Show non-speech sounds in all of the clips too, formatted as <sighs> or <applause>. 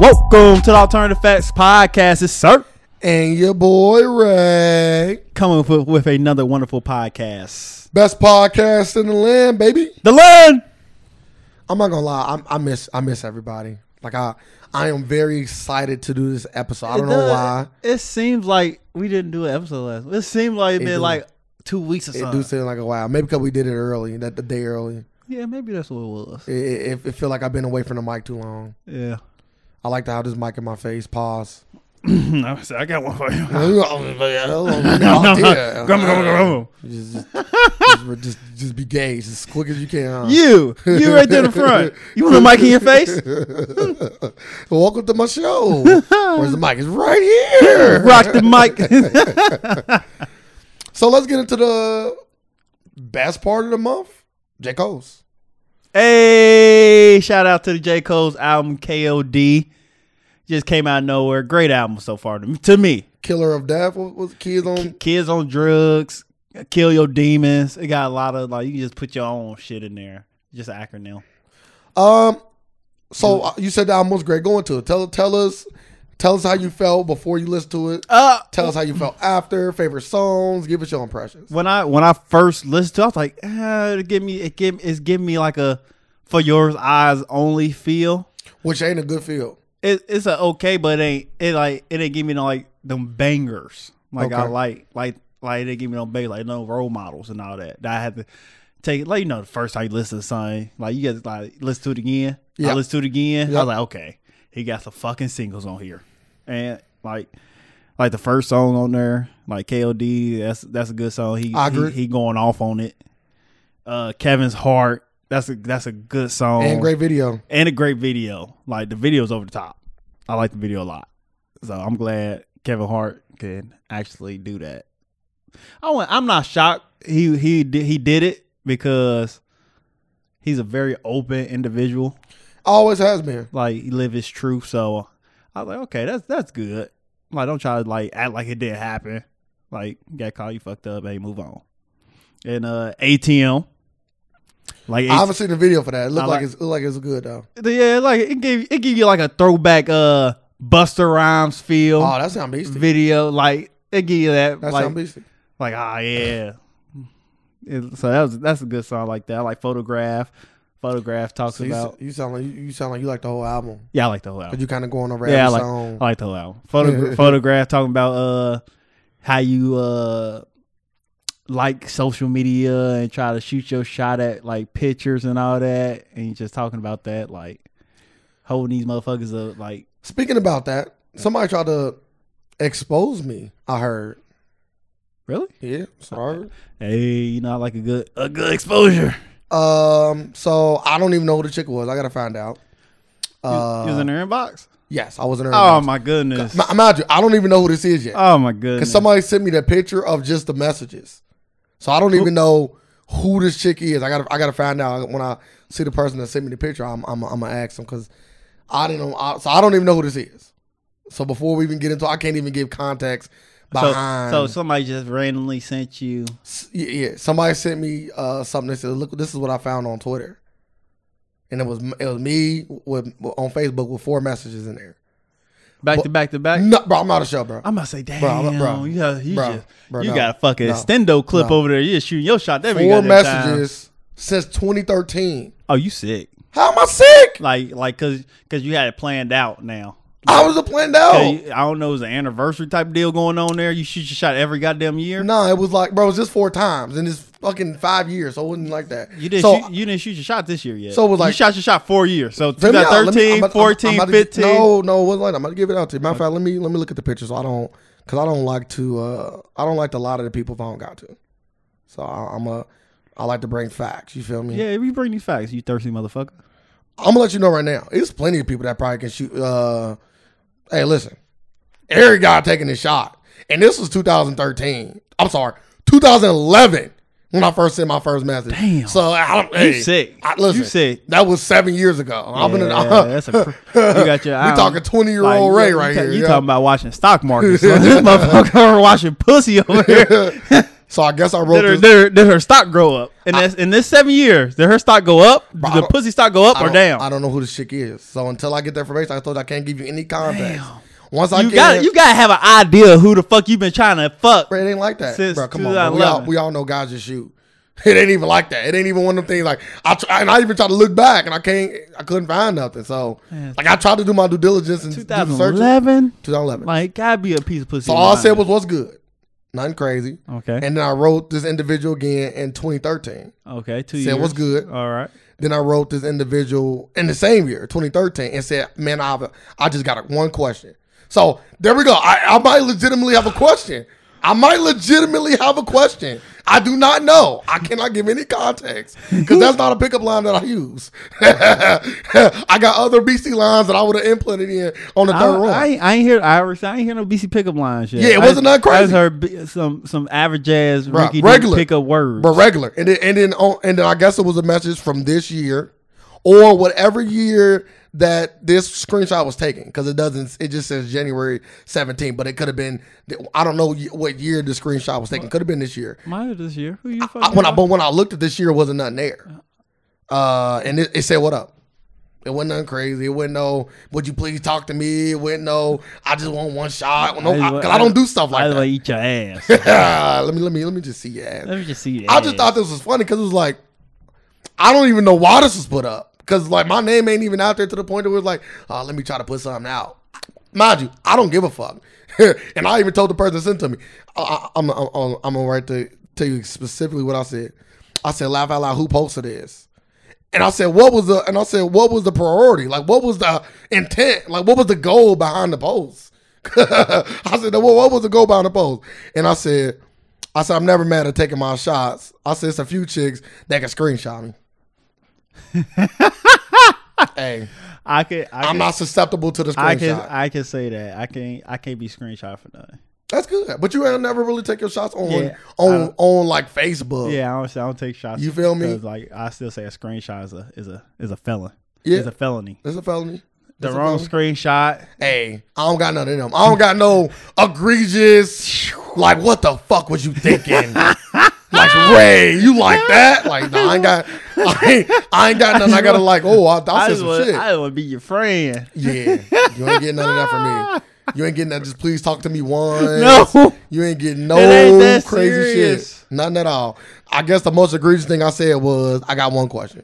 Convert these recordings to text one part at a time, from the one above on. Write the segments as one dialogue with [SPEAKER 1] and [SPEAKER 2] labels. [SPEAKER 1] Welcome to the Alternative Facts Podcast. It's Sir
[SPEAKER 2] and your boy Ray.
[SPEAKER 1] coming with, with another wonderful podcast.
[SPEAKER 2] Best podcast in the land, baby.
[SPEAKER 1] The Land.
[SPEAKER 2] I'm not gonna lie, I'm, I miss I miss everybody. Like I I am very excited to do this episode. I don't know why.
[SPEAKER 1] It seems like we didn't do an episode last. It seemed like it's
[SPEAKER 2] It
[SPEAKER 1] been
[SPEAKER 2] do.
[SPEAKER 1] like two weeks or
[SPEAKER 2] It do
[SPEAKER 1] something.
[SPEAKER 2] seem like a while. Maybe because we did it early, that the day early.
[SPEAKER 1] yeah, maybe that's what it was.
[SPEAKER 2] It, it, it feel like I've been away from the mic too long.
[SPEAKER 1] <laughs> Yeah.
[SPEAKER 2] I like to have this mic in my face. Pause.
[SPEAKER 1] I said, I got one
[SPEAKER 2] <laughs>
[SPEAKER 1] for you. Grum, grum,
[SPEAKER 2] just,
[SPEAKER 1] grum.
[SPEAKER 2] just, just, just, just be gay, just as quick as you can. huh?
[SPEAKER 1] You, you right there in the front. You want a mic in your
[SPEAKER 2] <laughs>
[SPEAKER 1] face?
[SPEAKER 2] Welcome to my show. Where's the mic? It's <laughs> right here.
[SPEAKER 1] Rock the mic. <laughs>
[SPEAKER 2] So let's get into the best part of the month, J. Cole's.
[SPEAKER 1] hey, shout out to the J. Cole's album KOD. Just came out of nowhere. Great album so far to- to me.
[SPEAKER 2] Killer of Death what was kids on.
[SPEAKER 1] kids on drugs, kill your demons. It got a lot of like you can just put your own shit in there. Just an acronym.
[SPEAKER 2] Um,
[SPEAKER 1] Mm.
[SPEAKER 2] so uh, you said the album was great. Go into it. Tell tell us, tell us how you felt before you listened to it.
[SPEAKER 1] Uh
[SPEAKER 2] Tell us how you felt after. Favorite songs. Give us your impressions.
[SPEAKER 1] when I when I first listened to it, I was like, eh, it give me it give it's giving me like a for yours eyes only feel.
[SPEAKER 2] Which ain't a good feel.
[SPEAKER 1] It, it's a okay, but it ain't it like it didn't give me no like them bangers. Like I
[SPEAKER 2] Okay.
[SPEAKER 1] like like like it didn't give me no bang like no role models and all that. That I had to take like you know the first time you listen to something, like you guys like listen to it again. I
[SPEAKER 2] Yeah.
[SPEAKER 1] listened to it again. I
[SPEAKER 2] Yep.
[SPEAKER 1] was like, okay, he got some fucking singles on here, and like. Like the first song on there, like KOD, that's that's a good song. He
[SPEAKER 2] I
[SPEAKER 1] he,
[SPEAKER 2] agree.
[SPEAKER 1] he going off on it. Uh, Kevin's heart, that's a that's a good song
[SPEAKER 2] And great video.
[SPEAKER 1] and a great video. Like the video's over the top. I like the video a lot. So I'm glad Kevin Hart can actually do that. I went, I'm not shocked he he did, he did it because he's a very open individual.
[SPEAKER 2] Always has been.
[SPEAKER 1] Like he live his truth. So I was like, okay, that's that's good. Like don't try to like act like it didn't happen. Like you got caught, you fucked up. Hey, move on. And uh ATM. Like
[SPEAKER 2] I haven't seen the video for that. It looked
[SPEAKER 1] I
[SPEAKER 2] like,
[SPEAKER 1] like-
[SPEAKER 2] it's look like it's good though.
[SPEAKER 1] Yeah, like it gave it give you like a throwback uh Buster Rhymes feel
[SPEAKER 2] Oh, that sound beastie.
[SPEAKER 1] video. Like it give you that
[SPEAKER 2] That
[SPEAKER 1] like
[SPEAKER 2] sound beastie.
[SPEAKER 1] like ah yeah. It- so that was that's a good song like that. I like photograph. Photograph talks
[SPEAKER 2] So you, s-
[SPEAKER 1] about
[SPEAKER 2] you sound like you, you sound like you like the whole album.
[SPEAKER 1] yeah. I like the whole
[SPEAKER 2] Cause
[SPEAKER 1] album.
[SPEAKER 2] you kind of going over
[SPEAKER 1] Yeah, I
[SPEAKER 2] every
[SPEAKER 1] like
[SPEAKER 2] song.
[SPEAKER 1] I like the whole album.
[SPEAKER 2] <laughs>
[SPEAKER 1] Photogra- photograph talking about uh how you uh like social media and try to shoot your shot at like pictures and all that, and you just talking about that like holding these motherfuckers up like.
[SPEAKER 2] Speaking about that, somebody tried to expose me. I heard.
[SPEAKER 1] Really?
[SPEAKER 2] Yeah, sorry.
[SPEAKER 1] Hey, you know I like a good a good exposure.
[SPEAKER 2] Um, so I don't even know who the chick was. I gotta find out. Uh,
[SPEAKER 1] he was in her inbox.
[SPEAKER 2] yes, I was in her.
[SPEAKER 1] Oh
[SPEAKER 2] Oh,
[SPEAKER 1] my goodness.
[SPEAKER 2] my, mind you, I don't even know who this is yet.
[SPEAKER 1] oh my
[SPEAKER 2] Cause
[SPEAKER 1] goodness.
[SPEAKER 2] somebody sent me the picture of just the messages, so I don't even know who this chick is. I gotta, I gotta find out when I see the person that sent me the picture. I'm, I'm, I'm gonna ask them because I didn't know. I, so I don't even know who this is. So before we even get into, I can't even give context behind.
[SPEAKER 1] so, so somebody just randomly sent you.
[SPEAKER 2] S- yeah, yeah. Somebody sent me uh, something. They said, "Look, this is what I found on Twitter," and it was it was me with on Facebook with four messages in there.
[SPEAKER 1] Back to back to back.
[SPEAKER 2] No, bro, I'm out of show, bro.
[SPEAKER 1] I'm gonna say, damn,
[SPEAKER 2] Bro, I'm- bro,
[SPEAKER 1] you got you,
[SPEAKER 2] bro,
[SPEAKER 1] just,
[SPEAKER 2] bro,
[SPEAKER 1] you
[SPEAKER 2] no,
[SPEAKER 1] got a fucking
[SPEAKER 2] no,
[SPEAKER 1] stendo clip
[SPEAKER 2] no.
[SPEAKER 1] over there. You're shooting your shot every
[SPEAKER 2] Four
[SPEAKER 1] goddamn Time.
[SPEAKER 2] messages since 2013.
[SPEAKER 1] Oh, you sick?
[SPEAKER 2] How am I sick?
[SPEAKER 1] Like like cause cause you had it planned out now.
[SPEAKER 2] I was a planned
[SPEAKER 1] Oh.
[SPEAKER 2] out.
[SPEAKER 1] I don't know, is an anniversary type deal going on there? You shoot your shot every goddamn year.
[SPEAKER 2] No, it was like, bro, it was just four times in this fucking five years. So it wasn't like that.
[SPEAKER 1] You didn't
[SPEAKER 2] So
[SPEAKER 1] shoot, you didn't shoot your shot this year yet.
[SPEAKER 2] So it was
[SPEAKER 1] you
[SPEAKER 2] like-
[SPEAKER 1] shot your shot four years. So
[SPEAKER 2] Let me out. Let
[SPEAKER 1] 2013,
[SPEAKER 2] me- I'm about- I'm-
[SPEAKER 1] 14,
[SPEAKER 2] I'm about to-
[SPEAKER 1] 15.
[SPEAKER 2] No, no, it wasn't like that. I'm gonna give it out to you. Matter of fact, let me let me look at the picture so I don't because I don't like to uh I don't like to lie to the people if I don't got to. So I, I'm a I like to bring facts. You feel me?
[SPEAKER 1] Yeah, we bring these facts, you thirsty motherfucker.
[SPEAKER 2] I'm gonna let you know right now. There's plenty of people that probably can shoot. uh Hey, listen, every guy taking his shot, and this was 2013. I'm sorry, 2011 when I first sent my first message.
[SPEAKER 1] Damn.
[SPEAKER 2] So I don't. Hey,
[SPEAKER 1] sick.
[SPEAKER 2] I, listen,
[SPEAKER 1] You sick.
[SPEAKER 2] That was seven years ago. I've <laughs> been.
[SPEAKER 1] Yeah, that's a, you
[SPEAKER 2] <laughs>
[SPEAKER 1] got your.
[SPEAKER 2] we talking 20 year old Ray right
[SPEAKER 1] you, ta-
[SPEAKER 2] here.
[SPEAKER 1] You <laughs>
[SPEAKER 2] yeah. <laughs>
[SPEAKER 1] talking about watching stock market? Son. this motherfucker watching pussy over here.
[SPEAKER 2] So I guess I wrote
[SPEAKER 1] Did her,
[SPEAKER 2] this.
[SPEAKER 1] did, her, did her stock grow up? In this in this seven years, did her stock go up? Did
[SPEAKER 2] I
[SPEAKER 1] the
[SPEAKER 2] don't-
[SPEAKER 1] pussy stock go up
[SPEAKER 2] I
[SPEAKER 1] or
[SPEAKER 2] don't-
[SPEAKER 1] down?
[SPEAKER 2] I don't know who the chick is. So until I get that information, I told you I can't give you any context. Once I
[SPEAKER 1] you
[SPEAKER 2] get
[SPEAKER 1] got
[SPEAKER 2] it-
[SPEAKER 1] you gotta have an idea who the fuck you been trying to fuck.
[SPEAKER 2] Bro, it ain't like that.
[SPEAKER 1] Since
[SPEAKER 2] bro, come on. Bro. We, all,
[SPEAKER 1] 2011.
[SPEAKER 2] we all know guys just shoot. <laughs> It ain't even like that. It ain't even one of them things like I tr- and I even tried to look back and I can't I couldn't find nothing. So like I tried to do my due diligence and do the search.
[SPEAKER 1] 2011,
[SPEAKER 2] 2011.
[SPEAKER 1] like gotta be a piece of pussy.
[SPEAKER 2] so all I
[SPEAKER 1] lying.
[SPEAKER 2] said was what's good, nothing crazy.
[SPEAKER 1] okay,
[SPEAKER 2] And then I wrote this individual again in 2013.
[SPEAKER 1] okay, two
[SPEAKER 2] Said
[SPEAKER 1] years.
[SPEAKER 2] what's good.
[SPEAKER 1] All right,
[SPEAKER 2] Then I wrote this individual in the same year, 2013, and said, "Man, I have I just got a, one question." So there we go. I, I might legitimately have a question. I might legitimately have a question. I do not know. I cannot give any context because that's not a pickup line that I use. <laughs> I got other BC lines that I would have implemented in on the
[SPEAKER 1] I,
[SPEAKER 2] third round.
[SPEAKER 1] I, ain't- I ain't hear Irish. I ain't hear no BC pickup line shit.
[SPEAKER 2] Yeah, it wasn't
[SPEAKER 1] I,
[SPEAKER 2] nothing
[SPEAKER 1] I
[SPEAKER 2] crazy.
[SPEAKER 1] just heard b- some some average ass
[SPEAKER 2] Bruh,
[SPEAKER 1] Ricky
[SPEAKER 2] regular.
[SPEAKER 1] regular pickup words.
[SPEAKER 2] but regular. And then and then on, and then I guess it was a message from this year, or whatever year that this screenshot was taken because it doesn't. It just says January 17, but it could have been. I don't know what year the screenshot was taken. Could have been this year.
[SPEAKER 1] Mine this year. Who you fucking?
[SPEAKER 2] I, when I,
[SPEAKER 1] with?
[SPEAKER 2] but when I looked at this year, it wasn't nothing there. Uh, and it, it said, "What up." It wasn't nothing crazy. It wasn't no. Would you please talk to me? It wasn't no. I just want one shot. No,
[SPEAKER 1] just
[SPEAKER 2] I,
[SPEAKER 1] want-
[SPEAKER 2] 'cause I don't do
[SPEAKER 1] I
[SPEAKER 2] stuff like
[SPEAKER 1] just
[SPEAKER 2] that.
[SPEAKER 1] wanna eat your ass.
[SPEAKER 2] <laughs> let me let me let me just see your ass.
[SPEAKER 1] Let me just see. your
[SPEAKER 2] I just
[SPEAKER 1] ass.
[SPEAKER 2] thought this was funny because it was like, I don't even know why this was put up because like my name ain't even out there to the point where it was like, oh, let me try to put something out. Mind you, I don't give a fuck, <laughs> and I even told the person that sent to me, I, I, I'm I'm I'm I'm gonna write to tell you specifically what I said. I said, laugh out loud, who posted this? And I said, what was the and I said, what was the priority? Like, what was the intent? Like, what was the goal behind the post? <laughs> I said, what, what was the goal behind the post? And I said, I said, I'm never mad at taking my shots. I said, it's a few chicks that can screenshot me.
[SPEAKER 1] <laughs>
[SPEAKER 2] hey,
[SPEAKER 1] I could. I
[SPEAKER 2] I'm
[SPEAKER 1] could-
[SPEAKER 2] not susceptible to the
[SPEAKER 1] I can.
[SPEAKER 2] screenshot.
[SPEAKER 1] I can say that. I can't. I can't be screenshot for nothing.
[SPEAKER 2] That's good, but you ain't never really take your shots on
[SPEAKER 1] Yeah, I
[SPEAKER 2] on
[SPEAKER 1] don't-
[SPEAKER 2] on like Facebook.
[SPEAKER 1] Yeah, I don't, I don't take shots.
[SPEAKER 2] Oh. You feel me?
[SPEAKER 1] because, Like I still say a screenshot is a is a is a felon.
[SPEAKER 2] Yeah.
[SPEAKER 1] is a felony.
[SPEAKER 2] That's a felony.
[SPEAKER 1] The
[SPEAKER 2] That's a
[SPEAKER 1] wrong
[SPEAKER 2] felony.
[SPEAKER 1] screenshot.
[SPEAKER 2] Hey, I don't got none of them. I don't got no egregious. Like, what the fuck was
[SPEAKER 1] <laughs>
[SPEAKER 2] you thinking? like, Ray, you like that? Like, no, I ain't got. I ain't, I ain't got nothing. I gotta like. Oh, I, I
[SPEAKER 1] I
[SPEAKER 2] said
[SPEAKER 1] just
[SPEAKER 2] some
[SPEAKER 1] want.
[SPEAKER 2] shit.
[SPEAKER 1] I want to be your friend.
[SPEAKER 2] Yeah, you ain't getting none of that from me. You ain't getting that. Just please talk to me once.
[SPEAKER 1] No.
[SPEAKER 2] you ain't getting no
[SPEAKER 1] ain't that
[SPEAKER 2] crazy
[SPEAKER 1] serious.
[SPEAKER 2] shit. Nothing at all. I guess the most egregious thing I said was I got one question,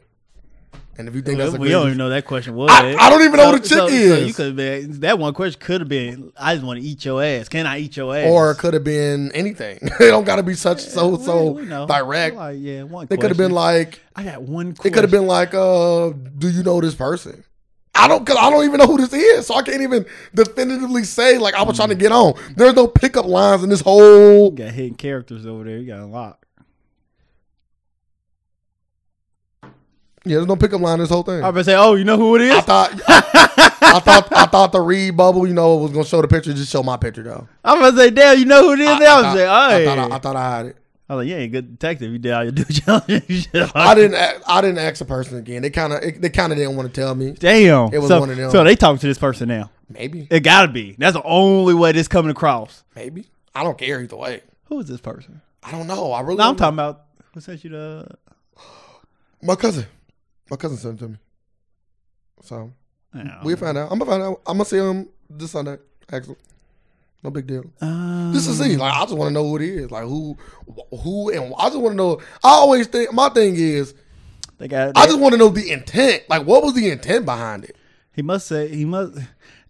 [SPEAKER 2] and if you think that's
[SPEAKER 1] we don't even
[SPEAKER 2] egregious,
[SPEAKER 1] know that question was.
[SPEAKER 2] I- I don't even know who the chick is.
[SPEAKER 1] you could been, that one question could have been. I just want to eat your ass. Can I eat your ass?
[SPEAKER 2] or it could have been anything. <laughs> it don't got to be such so
[SPEAKER 1] We-
[SPEAKER 2] so
[SPEAKER 1] we know.
[SPEAKER 2] direct.
[SPEAKER 1] Like, yeah, one.
[SPEAKER 2] it could have been
[SPEAKER 1] question.
[SPEAKER 2] like
[SPEAKER 1] I got one. Question.
[SPEAKER 2] it could have been like uh, do you know this person? I don't, cause I don't even know who this is, so I can't even definitively say like I was trying to get on. There's no pickup lines in this whole
[SPEAKER 1] You got hidden characters over there. You got unlocked.
[SPEAKER 2] Yeah, there's no pickup line this whole thing.
[SPEAKER 1] I'm gonna say, oh, you know who it
[SPEAKER 2] I
[SPEAKER 1] is?
[SPEAKER 2] thought, I, I thought, I thought the read bubble, you know, was gonna show the picture. Just show my picture though.
[SPEAKER 1] I'm gonna say, damn, you know who it is? I,
[SPEAKER 2] I, I
[SPEAKER 1] am
[SPEAKER 2] thought,
[SPEAKER 1] gonna say,
[SPEAKER 2] I,
[SPEAKER 1] oh,
[SPEAKER 2] thought I, I thought I had it.
[SPEAKER 1] I was like, you ain't a good detective. You did all your due <laughs> diligence.
[SPEAKER 2] I didn't, a- I didn't ask the person again. They kind of, they kind of didn't want to tell me.
[SPEAKER 1] Damn.
[SPEAKER 2] It was
[SPEAKER 1] so,
[SPEAKER 2] one of them.
[SPEAKER 1] so they talking to this person now.
[SPEAKER 2] Maybe,
[SPEAKER 1] It gotta be. That's the only way this coming across.
[SPEAKER 2] maybe. I don't care either way.
[SPEAKER 1] Who is this person?
[SPEAKER 2] I don't know. I really.
[SPEAKER 1] No, I'm
[SPEAKER 2] don't
[SPEAKER 1] talking
[SPEAKER 2] know.
[SPEAKER 1] about who sent you the.
[SPEAKER 2] My cousin, my cousin sent it to me. So
[SPEAKER 1] No.
[SPEAKER 2] we find out. I'm gonna find out. I'm gonna see him this Sunday. Actually, no big deal.
[SPEAKER 1] Um,
[SPEAKER 2] Just to see, like, I just want to know who it is, like who, who, and I just want to know. I always think my thing is
[SPEAKER 1] They got.
[SPEAKER 2] I just want to know the intent. Like, what was the intent behind it?
[SPEAKER 1] He must say he must.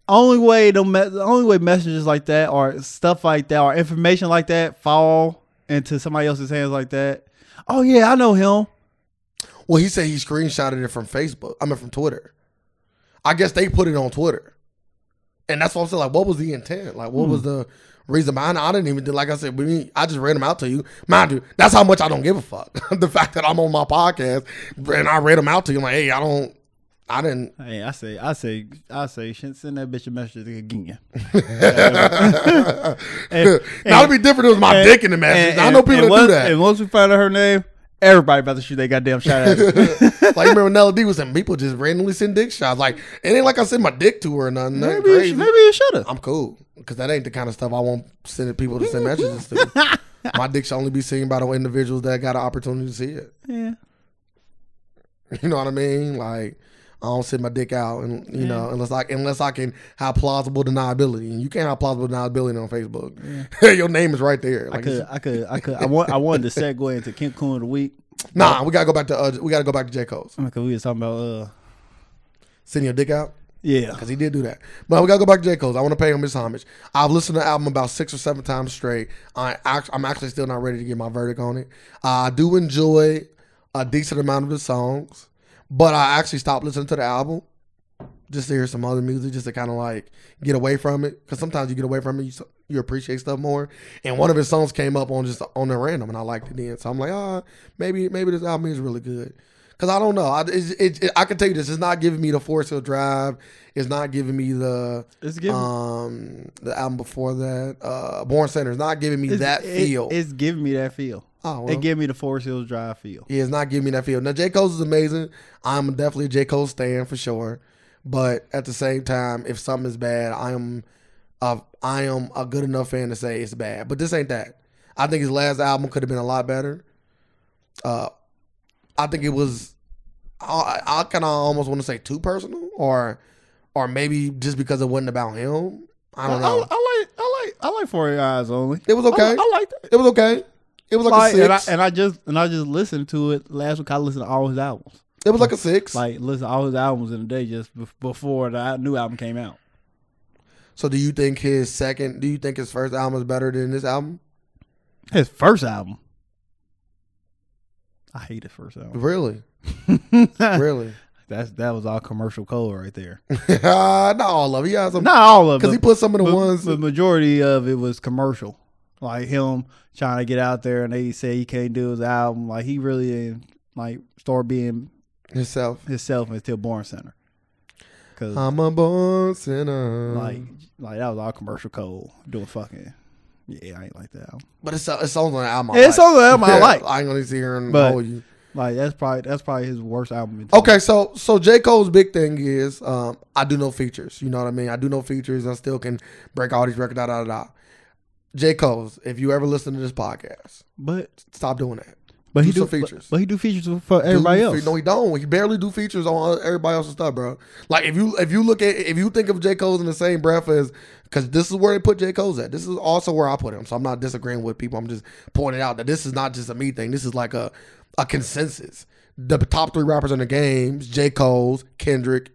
[SPEAKER 1] Only way the me- the only way messages like that or stuff like that or information like that fall into somebody else's hands like that. Oh yeah, I know him.
[SPEAKER 2] Well, he said he screenshotted it from Facebook. I mean, from Twitter. I guess they put it on Twitter, and that's what I'm saying. Like, what was the intent? Like, what was
[SPEAKER 1] Hmm.
[SPEAKER 2] the reason behind it? I didn't even do. Like I said, we, I just read them out to you, mind you. That's how much I don't give a fuck. <laughs> the fact that I'm on my podcast and I read them out to you, I'm like, hey, I don't. I didn't. <laughs>
[SPEAKER 1] Hey, I say, I say, I say, shit, send that bitch a message <laughs> again.
[SPEAKER 2] now it'd be different if it was my
[SPEAKER 1] and-
[SPEAKER 2] dick in the message.
[SPEAKER 1] and-
[SPEAKER 2] I know
[SPEAKER 1] and-
[SPEAKER 2] people
[SPEAKER 1] and
[SPEAKER 2] that
[SPEAKER 1] once,
[SPEAKER 2] do that.
[SPEAKER 1] And once we find out her name, everybody about to shoot they goddamn shot <laughs> at her.
[SPEAKER 2] <laughs> like you remember when Nella D was saying people just randomly send dick shots. Like it ain't like I sent my dick to her or nothing. nothing
[SPEAKER 1] maybe, you,
[SPEAKER 2] crazy.
[SPEAKER 1] sh- maybe you should have. <laughs>
[SPEAKER 2] I'm cool because that ain't the kind of stuff I want sending people to send messages to. My dick should only be seen by the individuals that got an opportunity to see it. <laughs>
[SPEAKER 1] Yeah.
[SPEAKER 2] You know what I mean? Like I don't sit my dick out, and you know, unless I unless I can have plausible deniability, and you can't have plausible deniability on Facebook. <laughs> Your name is right there.
[SPEAKER 1] I
[SPEAKER 2] Like,
[SPEAKER 1] could, I could, I could. I want, I wanted to segue into Kim Coon of the week
[SPEAKER 2] nah, we gotta go back to uh, we gotta go back to J Cole's
[SPEAKER 1] because we was talking about, uh,
[SPEAKER 2] sending your dick out
[SPEAKER 1] yeah,
[SPEAKER 2] because he did do that. But we gotta go back to J Cole's. I want to pay him his homage. I've listened to the album about six or seven times straight. I act- I'm actually still not ready to get my verdict on it. I do enjoy a decent amount of the songs, but I actually stopped listening to the album just to hear some other music, just to kind of like get away from it. Because sometimes you get away from it, you, s- you appreciate stuff more. And one of his songs came up on just on the random, and I liked it then. So I'm like, ah, maybe maybe this album is really good. Cause I don't know, I it's it, it, I can tell you this. It's not giving me the force of drive. It's not giving me the
[SPEAKER 1] it's giving
[SPEAKER 2] um the album before that, uh, Born Center. It's not giving me
[SPEAKER 1] it's-
[SPEAKER 2] that
[SPEAKER 1] it-
[SPEAKER 2] feel.
[SPEAKER 1] it's giving me that feel.
[SPEAKER 2] oh, well.
[SPEAKER 1] It gave me the Forest Hills Drive feel.
[SPEAKER 2] Yeah, it's not giving me that feel. Now J. Cole's is amazing. I'm definitely a J. Cole stan for sure. But at the same time, if something is bad, I am a, I am a good enough fan to say it's bad. But this ain't that. I think his last album could have been a lot better. Uh, I think it was. I, I kind of almost want to say too personal, or or maybe just because it wasn't about him. I don't know.
[SPEAKER 1] I, I like, I like, I like For Your Eyes Only.
[SPEAKER 2] It was okay.
[SPEAKER 1] I, I like that.
[SPEAKER 2] It was okay. It was like,
[SPEAKER 1] Like,
[SPEAKER 2] a six.
[SPEAKER 1] and I and I just and I just listened to it last week. I listened to all his albums.
[SPEAKER 2] it was like a six.
[SPEAKER 1] Like listen to all his albums in a day just bef- before the al- new album came out.
[SPEAKER 2] So do you think his second do you think his first album is better than this album?
[SPEAKER 1] His first album. I hate his first album. <laughs>
[SPEAKER 2] Really? Really? <laughs>
[SPEAKER 1] That's that was all commercial code right there.
[SPEAKER 2] Not all of it. Yeah, some
[SPEAKER 1] Not all of
[SPEAKER 2] <laughs> because
[SPEAKER 1] it.
[SPEAKER 2] he put some of the
[SPEAKER 1] but,
[SPEAKER 2] ones
[SPEAKER 1] but majority of it was commercial. Like him trying to get out there and they say he can't do his album. Like he really didn't like start being
[SPEAKER 2] himself.
[SPEAKER 1] himself until Born Center. Cause
[SPEAKER 2] I'm a born sinner.
[SPEAKER 1] like like that was all commercial code doing fucking yeah I ain't like that.
[SPEAKER 2] but it's it's songs on the album. I
[SPEAKER 1] Yeah, it's
[SPEAKER 2] like.
[SPEAKER 1] on the album I
[SPEAKER 2] <laughs> Yeah,
[SPEAKER 1] like.
[SPEAKER 2] I ain't gonna sit here and
[SPEAKER 1] But-
[SPEAKER 2] hold you.
[SPEAKER 1] <laughs> Like that's probably that's probably his worst album. in-
[SPEAKER 2] Okay, so so J Cole's big thing is um, I do no features. You know what I mean? I do no features. I still can break all these records. Da da da. da. J Cole's. If you ever listen to this podcast,
[SPEAKER 1] but
[SPEAKER 2] stop doing that.
[SPEAKER 1] but
[SPEAKER 2] Do
[SPEAKER 1] he do
[SPEAKER 2] some features.
[SPEAKER 1] But, but he do features for everybody
[SPEAKER 2] do,
[SPEAKER 1] else.
[SPEAKER 2] No, he don't. He barely do features on everybody else's stuff, bro. Like if you if you look at if you think of J Cole's in the same breath as because this is where they put J Cole's at. This is also where I put him. So I'm not disagreeing with people. I'm just pointing out that this is not just a me thing. This is like a a consensus. The top three rappers in the games: J Cole's, Kendrick,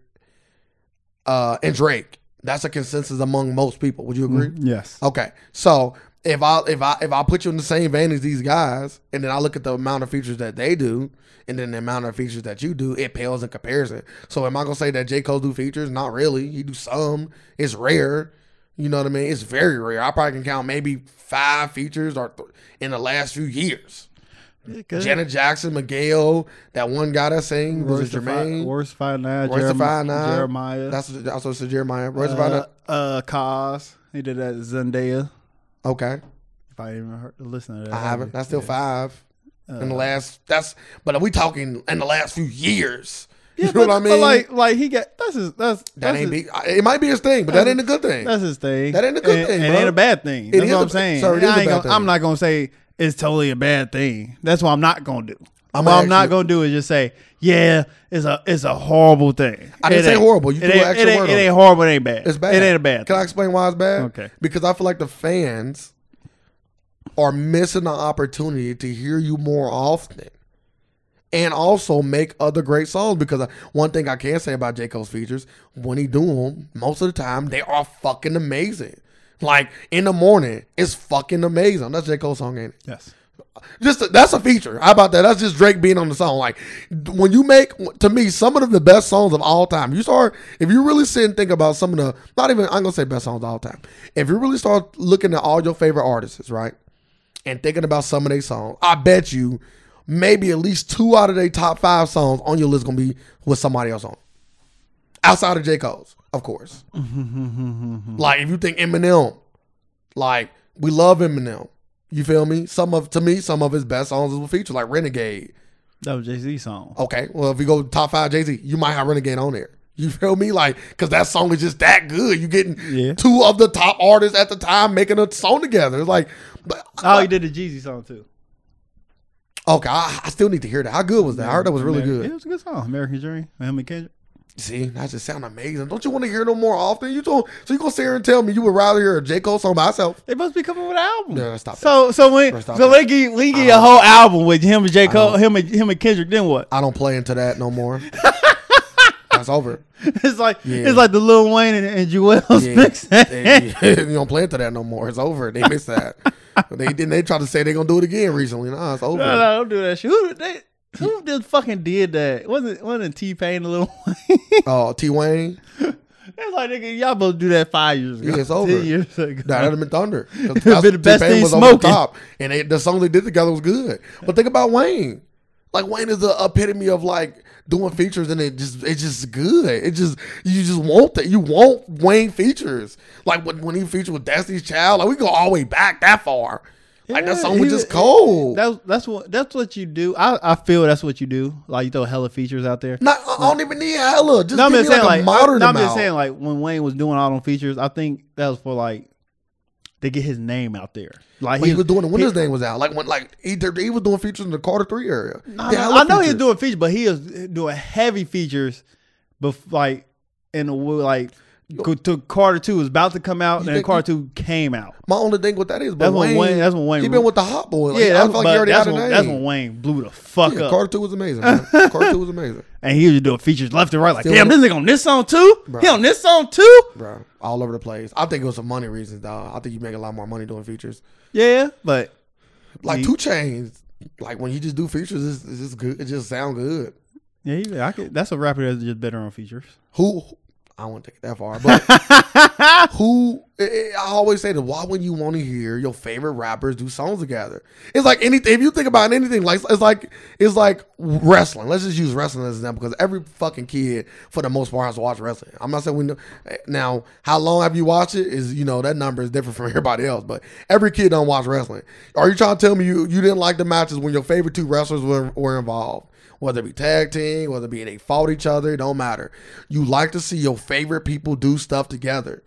[SPEAKER 2] uh, and Drake. That's a consensus among most people. Would you
[SPEAKER 1] <clears throat>
[SPEAKER 2] agree? Oh,
[SPEAKER 1] Yes.
[SPEAKER 2] Okay, so if I if I if I put you in the same vein as these guys, and then I look at the amount of features that they do, and then the amount of features that you do, it pales in comparison. So am I gonna say that J Cole do features? Not really. He do some. It's rare. You know what I mean? It's very rare. I probably can count maybe five features or th- in the last few years.
[SPEAKER 1] Mm-hmm.
[SPEAKER 2] Janet Jackson, Miguel, that one guy that sang was
[SPEAKER 1] Royce
[SPEAKER 2] it Jermaine.
[SPEAKER 1] Worst Five Nine.
[SPEAKER 2] Royce the Five Nine.
[SPEAKER 1] Jeremiah.
[SPEAKER 2] That's that's also Jeremiah. Royce the Five Nine.
[SPEAKER 1] uh, uh, Cause. He did that Zendaya.
[SPEAKER 2] Okay,
[SPEAKER 1] If I even heard, listen to that,
[SPEAKER 2] I haven't. That's still
[SPEAKER 1] Yeah. Uh,
[SPEAKER 2] five. in the last that's but we talking in the last few years
[SPEAKER 1] Yeah,
[SPEAKER 2] <laughs> you know
[SPEAKER 1] but-
[SPEAKER 2] what i
[SPEAKER 1] but
[SPEAKER 2] mean
[SPEAKER 1] like, like he got that's his that's
[SPEAKER 2] that
[SPEAKER 1] that's
[SPEAKER 2] ain't
[SPEAKER 1] his,
[SPEAKER 2] big it might be his thing but that ain't a good thing
[SPEAKER 1] that's his thing.
[SPEAKER 2] That ain't a good
[SPEAKER 1] And-
[SPEAKER 2] thing,
[SPEAKER 1] and
[SPEAKER 2] bro.
[SPEAKER 1] ain't a bad thing.
[SPEAKER 2] is
[SPEAKER 1] That's what
[SPEAKER 2] a-
[SPEAKER 1] I'm saying.
[SPEAKER 2] sir, it is
[SPEAKER 1] I
[SPEAKER 2] a
[SPEAKER 1] ain't
[SPEAKER 2] bad
[SPEAKER 1] gonna,
[SPEAKER 2] thing.
[SPEAKER 1] I'm not gonna say it's totally a bad thing. That's what I'm not gonna do.
[SPEAKER 2] I'm
[SPEAKER 1] what I'm
[SPEAKER 2] gonna
[SPEAKER 1] not
[SPEAKER 2] ask you-
[SPEAKER 1] gonna do is just say, yeah, it's a it's a horrible thing.
[SPEAKER 2] I didn't
[SPEAKER 1] It
[SPEAKER 2] say
[SPEAKER 1] ain't-
[SPEAKER 2] horrible. You
[SPEAKER 1] it
[SPEAKER 2] threw an
[SPEAKER 1] ain't,
[SPEAKER 2] extra
[SPEAKER 1] it ain't,
[SPEAKER 2] word
[SPEAKER 1] it
[SPEAKER 2] on
[SPEAKER 1] ain't
[SPEAKER 2] it.
[SPEAKER 1] horrible. It ain't bad.
[SPEAKER 2] it's bad
[SPEAKER 1] It ain't a bad.
[SPEAKER 2] can i
[SPEAKER 1] thing.
[SPEAKER 2] explain why it's bad
[SPEAKER 1] Okay.
[SPEAKER 2] because i feel like the fans are missing the opportunity to hear you more often and also make other great songs because I- one thing I can say about J. Cole's features, when he do them, most of the time they are fucking amazing. Like in the morning, it's fucking amazing. That's J. Cole's song, ain't it?
[SPEAKER 1] Yes.
[SPEAKER 2] just a, that's a feature. How about that? That's just Drake being on the song. Like when you make to me some of the best songs of all time. You start if you really sit and think about some of the not even I'm gonna say best songs of all time. If you really start looking at all your favorite artists, right, and thinking about some of their songs, I bet you maybe at least two out of their top five songs on your list gonna be with somebody else on. it. Outside of J Cole's, of course. like if you think Eminem, like we love Eminem. You feel me? Some of to me, some of his best songs is with features like Renegade.
[SPEAKER 1] That was Jay Z song.
[SPEAKER 2] Okay, well if you go top five Jay Z, you might have Renegade on there. You feel me? Like because that song is just that good. You getting
[SPEAKER 1] Yeah.
[SPEAKER 2] two of the top artists at the time making a song together. It's like But
[SPEAKER 1] Oh, he did the Jeezy song too.
[SPEAKER 2] okay, I, I still need to hear that. How good was that? I heard that was really
[SPEAKER 1] Ameri-
[SPEAKER 2] good.
[SPEAKER 1] It was a good song, American Dream. Him and Kendrick.
[SPEAKER 2] See, that just sound amazing. Don't you want to hear no more often? You told so you gonna sit here and tell me you would rather hear a J Cole song by itself?
[SPEAKER 1] They must be coming with an album.
[SPEAKER 2] No, stop
[SPEAKER 1] So so when
[SPEAKER 2] Bro, stop
[SPEAKER 1] so
[SPEAKER 2] that.
[SPEAKER 1] they get we get a whole album with him and J Cole, him and him and Kendrick. Then what?
[SPEAKER 2] <laughs> I don't play into that
[SPEAKER 1] <laughs>
[SPEAKER 2] no more. That's over.
[SPEAKER 1] It's like
[SPEAKER 2] Yeah.
[SPEAKER 1] it's like the Lil Wayne and, and Jewel's <laughs>
[SPEAKER 2] Yeah,
[SPEAKER 1] mix.
[SPEAKER 2] they- you don't play into that no more. It's over. They missed that. they didn't. They tried to say they're gonna do it again recently. Nah, it's over.
[SPEAKER 1] No, no, don't do that shit. Who they, who just fucking did that? Wasn't wasn't T Pain a little? <laughs> it's
[SPEAKER 2] Oh, T Wayne.
[SPEAKER 1] like nigga, y'all both do that five years ago.
[SPEAKER 2] Yeah, it's
[SPEAKER 1] <laughs>
[SPEAKER 2] over.
[SPEAKER 1] Ten years ago.
[SPEAKER 2] That would have been Thunder. That's-
[SPEAKER 1] It'd <laughs> been the best
[SPEAKER 2] T-Pain
[SPEAKER 1] thing
[SPEAKER 2] was over
[SPEAKER 1] smoking.
[SPEAKER 2] and they, the song they did together was good. But think about Wayne. Like Wayne is the epitome of like doing features, and it just it's just good. It just you just want that. You want Wayne features. Like when, when he featured with Destiny's Child, like we go all the way back that far. Like that
[SPEAKER 1] Yeah,
[SPEAKER 2] song
[SPEAKER 1] he
[SPEAKER 2] was just
[SPEAKER 1] was-
[SPEAKER 2] cold.
[SPEAKER 1] That's that's what that's what you do. I, I feel that's what you do. Like you throw hella features out there.
[SPEAKER 2] Not I don't even need hella. Just
[SPEAKER 1] No, I'm
[SPEAKER 2] give
[SPEAKER 1] just
[SPEAKER 2] me
[SPEAKER 1] saying
[SPEAKER 2] like a
[SPEAKER 1] like,
[SPEAKER 2] modern
[SPEAKER 1] no, I'm
[SPEAKER 2] amount.
[SPEAKER 1] just saying like when Wayne was doing all them features, I think that was for like to get his name out there. Like
[SPEAKER 2] But he was doing it when his name was out. Like when like he, he was doing features in the Carter Three area.
[SPEAKER 1] No,
[SPEAKER 2] They
[SPEAKER 1] no,
[SPEAKER 2] hella
[SPEAKER 1] I know he's
[SPEAKER 2] features.
[SPEAKER 1] doing features, but he is doing heavy features. But like in the wo- like co- to Carter Two was about to come out, and then
[SPEAKER 2] think
[SPEAKER 1] Carter Two came out.
[SPEAKER 2] My only thing with that is, but
[SPEAKER 1] That's when
[SPEAKER 2] Wayne,
[SPEAKER 1] Wayne- that's when Wayne
[SPEAKER 2] He
[SPEAKER 1] really-
[SPEAKER 2] been with the hot boy. Like,
[SPEAKER 1] Yeah,
[SPEAKER 2] I
[SPEAKER 1] that's,
[SPEAKER 2] feel like
[SPEAKER 1] but
[SPEAKER 2] he already
[SPEAKER 1] that's,
[SPEAKER 2] had a
[SPEAKER 1] when,
[SPEAKER 2] name.
[SPEAKER 1] that's when Wayne blew the fuck
[SPEAKER 2] yeah,
[SPEAKER 1] up,
[SPEAKER 2] Carter Two was amazing. Man.
[SPEAKER 1] <laughs>
[SPEAKER 2] Carter Two was amazing,
[SPEAKER 1] and he was doing features left and right. Like,
[SPEAKER 2] Still-
[SPEAKER 1] damn, this nigga on this song too.
[SPEAKER 2] Bruh.
[SPEAKER 1] He on this song too.
[SPEAKER 2] bro. All over the place. I think it was for money reasons, dog. I think you make a lot more money doing features.
[SPEAKER 1] Yeah, but
[SPEAKER 2] Like
[SPEAKER 1] Ye-
[SPEAKER 2] Two Chains, like when you just do features, it's, it's just good. It just sound good.
[SPEAKER 1] yeah, he- I could, that's a rapper that's just better on features.
[SPEAKER 2] Who? I wouldn't take it that far, but <laughs> who? I I always say that. Why wouldn't you want to hear your favorite rappers do songs together? It's like anything. If you think about anything, like it's like it's like wrestling. Let's just use wrestling as an example because every fucking kid, for the most part, has watched wrestling. I'm not saying we know now how long have you watched it is you know that number is different from <laughs> everybody else, but every kid don't watch wrestling. Are you trying to tell me you you didn't like the matches when your favorite two wrestlers were, were involved? whether it be tag team, whether it be they fought each other, it don't matter. You like to see your favorite people do stuff together.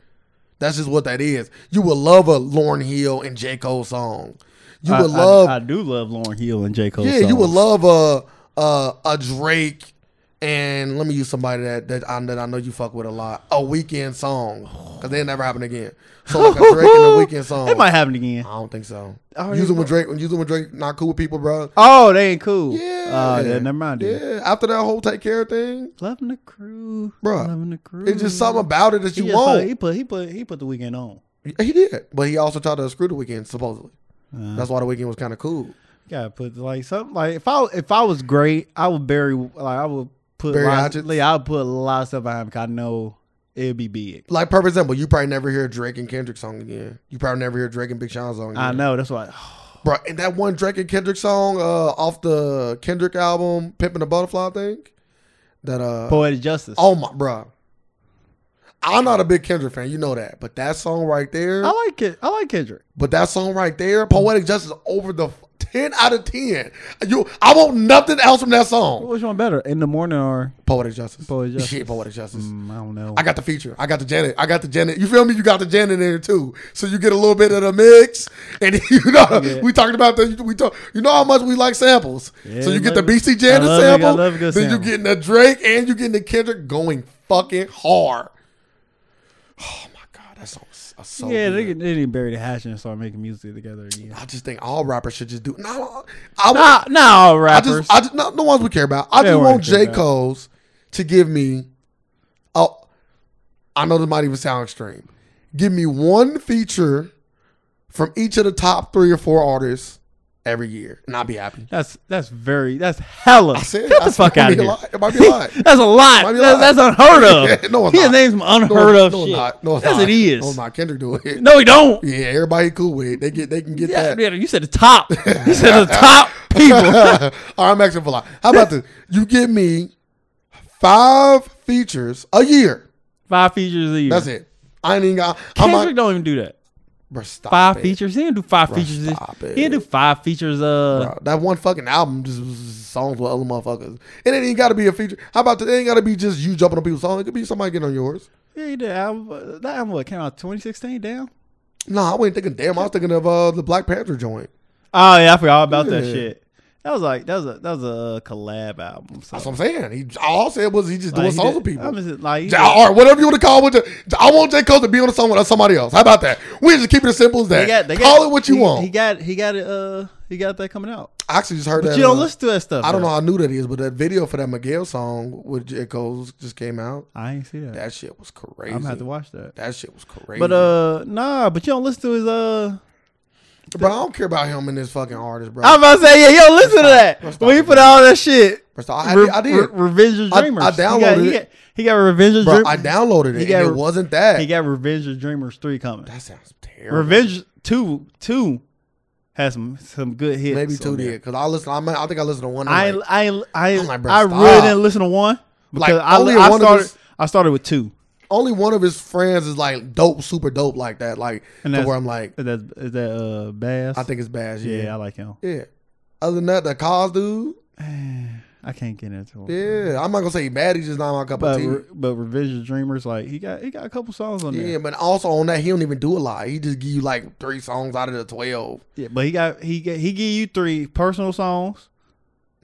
[SPEAKER 2] That's just what that is. You would love a Lauren Hill and J. Cole song. You
[SPEAKER 1] I,
[SPEAKER 2] would
[SPEAKER 1] I-
[SPEAKER 2] love
[SPEAKER 1] I, do love Lauren Hill and J Cole.
[SPEAKER 2] Yeah, you would love a a, a Drake and let me use somebody that that I, that I know you fuck with a lot. A weekend song. Cause they never happen again. So like a Drake and
[SPEAKER 1] <laughs>
[SPEAKER 2] a weekend song.
[SPEAKER 1] It might happen again.
[SPEAKER 2] I don't think so.
[SPEAKER 1] Oh,
[SPEAKER 2] Using
[SPEAKER 1] yeah.
[SPEAKER 2] with Drake when using with Drake not cool with people, bro.
[SPEAKER 1] Oh, they ain't cool.
[SPEAKER 2] Oh, Yeah.
[SPEAKER 1] Uh, yeah, never mind. dude.
[SPEAKER 2] Yeah. After that whole take care thing,
[SPEAKER 1] Loving the crew,
[SPEAKER 2] Bruh,
[SPEAKER 1] Loving the crew.
[SPEAKER 2] It's just something about it that
[SPEAKER 1] Mm. He
[SPEAKER 2] you
[SPEAKER 1] just put-
[SPEAKER 2] want.
[SPEAKER 1] he put he put he put the weekend on.
[SPEAKER 2] He did, but he also tried to screw the weekend supposedly.
[SPEAKER 1] Uh,
[SPEAKER 2] That's why the weekend was kind of cool.
[SPEAKER 1] gotta put like something like if I if I was great, I would bury like I would put
[SPEAKER 2] Bury
[SPEAKER 1] lots,
[SPEAKER 2] Hodges?
[SPEAKER 1] like, I would put a lot of stuff behind because I know it'd be big.
[SPEAKER 2] Like for example, you probably never hear Drake and Kendrick song again. You probably never hear Drake and Big Sean song. Again.
[SPEAKER 1] I know that's why.
[SPEAKER 2] bro. And that one Drake and Kendrick song uh, off the Kendrick album, "Pimpin' the Butterfly," I think. That uh,
[SPEAKER 1] Poetic justice.
[SPEAKER 2] oh my, bro. I'm not a big Kendrick fan, you know that, but that song right there,
[SPEAKER 1] I like it. I like Kendrick.
[SPEAKER 2] But that song right there, Poetic Justice, over the f- 10 out of 10. You, I want nothing else from that song.
[SPEAKER 1] Which one better? In the morning or
[SPEAKER 2] Poetic Justice.
[SPEAKER 1] Poetic
[SPEAKER 2] <laughs>
[SPEAKER 1] Justice.
[SPEAKER 2] Shit, Poetic Justice.
[SPEAKER 1] mm, I don't know.
[SPEAKER 2] I got the feature. I got the Janet. I got the Janet. You feel me? You got the Janet in there too. So you get a little bit of the mix. And <laughs> you know,
[SPEAKER 1] Yeah.
[SPEAKER 2] we talked about that. We talk, you know how much we like samples.
[SPEAKER 1] Yeah,
[SPEAKER 2] so you
[SPEAKER 1] I
[SPEAKER 2] get the
[SPEAKER 1] love it.
[SPEAKER 2] BC
[SPEAKER 1] I
[SPEAKER 2] Janet
[SPEAKER 1] love it. I
[SPEAKER 2] sample.
[SPEAKER 1] love a good
[SPEAKER 2] then
[SPEAKER 1] sample.
[SPEAKER 2] you getting the Drake and you getting the Kendrick going fucking hard. <sighs> Oh my God, that song is is so
[SPEAKER 1] yeah,
[SPEAKER 2] good.
[SPEAKER 1] they, they didn't bury the hatchet and start making music together again.
[SPEAKER 2] I just think all rappers should just do. No, I,
[SPEAKER 1] Nah, nah, all
[SPEAKER 2] I
[SPEAKER 1] rappers.
[SPEAKER 2] just, I just, not the ones we care about. I
[SPEAKER 1] They
[SPEAKER 2] just
[SPEAKER 1] don't
[SPEAKER 2] want
[SPEAKER 1] care
[SPEAKER 2] J.
[SPEAKER 1] about.
[SPEAKER 2] Cole's to give me. Oh, I know this might even sound extreme. Give me one feature from each of the top three or four artists every year, and I'll be happy.
[SPEAKER 1] that's that's very that's hella.
[SPEAKER 2] I said,
[SPEAKER 1] Get
[SPEAKER 2] I
[SPEAKER 1] the
[SPEAKER 2] said,
[SPEAKER 1] fuck
[SPEAKER 2] it
[SPEAKER 1] out
[SPEAKER 2] might
[SPEAKER 1] of
[SPEAKER 2] be a
[SPEAKER 1] here.
[SPEAKER 2] lot. It might be
[SPEAKER 1] <laughs>
[SPEAKER 2] a lot.
[SPEAKER 1] That's a lot.
[SPEAKER 2] Might be a
[SPEAKER 1] That's,
[SPEAKER 2] lot.
[SPEAKER 1] that's unheard
[SPEAKER 2] <laughs>
[SPEAKER 1] of.
[SPEAKER 2] No, it's
[SPEAKER 1] His
[SPEAKER 2] not.
[SPEAKER 1] name's some
[SPEAKER 2] No,
[SPEAKER 1] unheard of
[SPEAKER 2] no, it's
[SPEAKER 1] shit.
[SPEAKER 2] not. No, it's
[SPEAKER 1] Yes,
[SPEAKER 2] not.
[SPEAKER 1] it is.
[SPEAKER 2] No, it's not. Kendrick do it.
[SPEAKER 1] No, he don't.
[SPEAKER 2] Yeah, everybody cool with it. They get, they can get
[SPEAKER 1] Yeah,
[SPEAKER 2] that.
[SPEAKER 1] yeah, you said the top. You said the
[SPEAKER 2] <laughs>
[SPEAKER 1] top people.
[SPEAKER 2] All right, <laughs> I'm asking for a lot. How about this? You give me five features a year.
[SPEAKER 1] Five features a year.
[SPEAKER 2] That's it. I ain't even got. I'm
[SPEAKER 1] Kendrick
[SPEAKER 2] not,
[SPEAKER 1] don't even do that.
[SPEAKER 2] bro, stop
[SPEAKER 1] Five
[SPEAKER 2] it.
[SPEAKER 1] features. He didn't do five features. this-
[SPEAKER 2] stop
[SPEAKER 1] He didn't do five features. Uh,
[SPEAKER 2] Bro, that one fucking album just was songs with other motherfuckers. It ain't even got to be a feature. How about that? It ain't got to be just you jumping on people's songs. It could be somebody getting on yours.
[SPEAKER 1] yeah, he did. Album, that album what, came out 2016. Damn.
[SPEAKER 2] No, I wasn't thinking damn. I was thinking of uh, the Black Panther joint.
[SPEAKER 1] Oh yeah, I forgot all about that
[SPEAKER 2] Yeah.
[SPEAKER 1] shit. That was like that was a that was a collab album. So.
[SPEAKER 2] That's what I'm saying. He all I said was he just
[SPEAKER 1] Like,
[SPEAKER 2] doing
[SPEAKER 1] he
[SPEAKER 2] songs
[SPEAKER 1] did-
[SPEAKER 2] with people.
[SPEAKER 1] I'm just like, he
[SPEAKER 2] J-
[SPEAKER 1] did-
[SPEAKER 2] all right, whatever you want to call it. J- I want J. Cole to be on a song with somebody else. How about that? We just keep it as simple as that.
[SPEAKER 1] they got, they
[SPEAKER 2] call
[SPEAKER 1] got-
[SPEAKER 2] it what you
[SPEAKER 1] he-
[SPEAKER 2] want.
[SPEAKER 1] He got he got it. Uh, he got that coming out.
[SPEAKER 2] I actually just heard
[SPEAKER 1] But
[SPEAKER 2] that.
[SPEAKER 1] you don't
[SPEAKER 2] uh,
[SPEAKER 1] listen to that stuff.
[SPEAKER 2] I don't
[SPEAKER 1] though.
[SPEAKER 2] know how new that is, but that video for that Miguel song with J. Cole just came out.
[SPEAKER 1] I ain't see that.
[SPEAKER 2] That shit was crazy.
[SPEAKER 1] I'm gonna have to watch that.
[SPEAKER 2] that shit was crazy.
[SPEAKER 1] But uh, nah. But you don't listen to his uh.
[SPEAKER 2] bro, I don't care about him and this fucking artist, bro.
[SPEAKER 1] I'm about to say yeah. You don't listen to that.
[SPEAKER 2] stop
[SPEAKER 1] When he
[SPEAKER 2] it,
[SPEAKER 1] put out all that shit.
[SPEAKER 2] First of all, I,
[SPEAKER 1] Re-
[SPEAKER 2] did- I did.
[SPEAKER 1] Re- Revenge of
[SPEAKER 2] I- I
[SPEAKER 1] Dreamers. He got-
[SPEAKER 2] downloaded
[SPEAKER 1] he
[SPEAKER 2] it.
[SPEAKER 1] got, He got Revenge of
[SPEAKER 2] bro, I
[SPEAKER 1] Dreamers.
[SPEAKER 2] downloaded
[SPEAKER 1] He
[SPEAKER 2] it.
[SPEAKER 1] got-
[SPEAKER 2] and it wasn't that.
[SPEAKER 1] He got Revenge of Dreamers three coming.
[SPEAKER 2] that sounds terrible.
[SPEAKER 1] Revenge two two has some some good hits.
[SPEAKER 2] Maybe two
[SPEAKER 1] on there.
[SPEAKER 2] did because I listened. I, mean, I think I listened to one.
[SPEAKER 1] I
[SPEAKER 2] and like,
[SPEAKER 1] I I
[SPEAKER 2] I'm like, bro,
[SPEAKER 1] I really
[SPEAKER 2] stop.
[SPEAKER 1] didn't listen to one
[SPEAKER 2] Like,
[SPEAKER 1] because I,
[SPEAKER 2] only
[SPEAKER 1] I
[SPEAKER 2] one of
[SPEAKER 1] started
[SPEAKER 2] his-
[SPEAKER 1] I started with two.
[SPEAKER 2] only one of his friends is like dope, super dope like that. Like
[SPEAKER 1] And
[SPEAKER 2] to
[SPEAKER 1] that's-
[SPEAKER 2] where I'm like,
[SPEAKER 1] Is that is that uh Bass?
[SPEAKER 2] I think it's bad.
[SPEAKER 1] yeah,
[SPEAKER 2] Yeah,
[SPEAKER 1] I like him.
[SPEAKER 2] yeah. Other than that, the cause dude.
[SPEAKER 1] I can't get into him.
[SPEAKER 2] Yeah, I'm not gonna say he bad. He's just not my cup
[SPEAKER 1] But
[SPEAKER 2] of tea.
[SPEAKER 1] re, but Revision Dreamers like he got he got a couple songs on
[SPEAKER 2] Yeah,
[SPEAKER 1] there.
[SPEAKER 2] but also on that, he don't even do a lot. He just give you like three songs out of the twelve.
[SPEAKER 1] Yeah, but he got he got, he give you three personal songs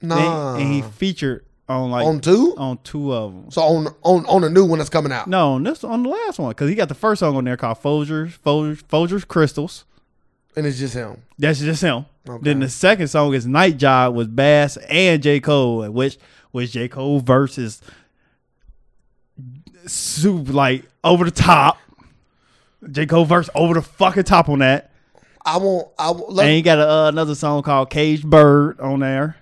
[SPEAKER 2] Nah,
[SPEAKER 1] and, he, and he featured on like
[SPEAKER 2] on
[SPEAKER 1] on,
[SPEAKER 2] two.
[SPEAKER 1] two of them.
[SPEAKER 2] So on on on the new one that's coming out.
[SPEAKER 1] No, on this on the last one because he got the first song on there called Folgers Folgers Folgers Crystals.
[SPEAKER 2] and it's just him.
[SPEAKER 1] That's just him.
[SPEAKER 2] Okay.
[SPEAKER 1] Then the second song is Night Job with Bass and J. Cole, which was J. Cole versus super like over the top. J. Cole verse over the fucking top on that.
[SPEAKER 2] I won't. I won't,
[SPEAKER 1] and
[SPEAKER 2] let,
[SPEAKER 1] he got a, uh, another song called Cage Bird on there.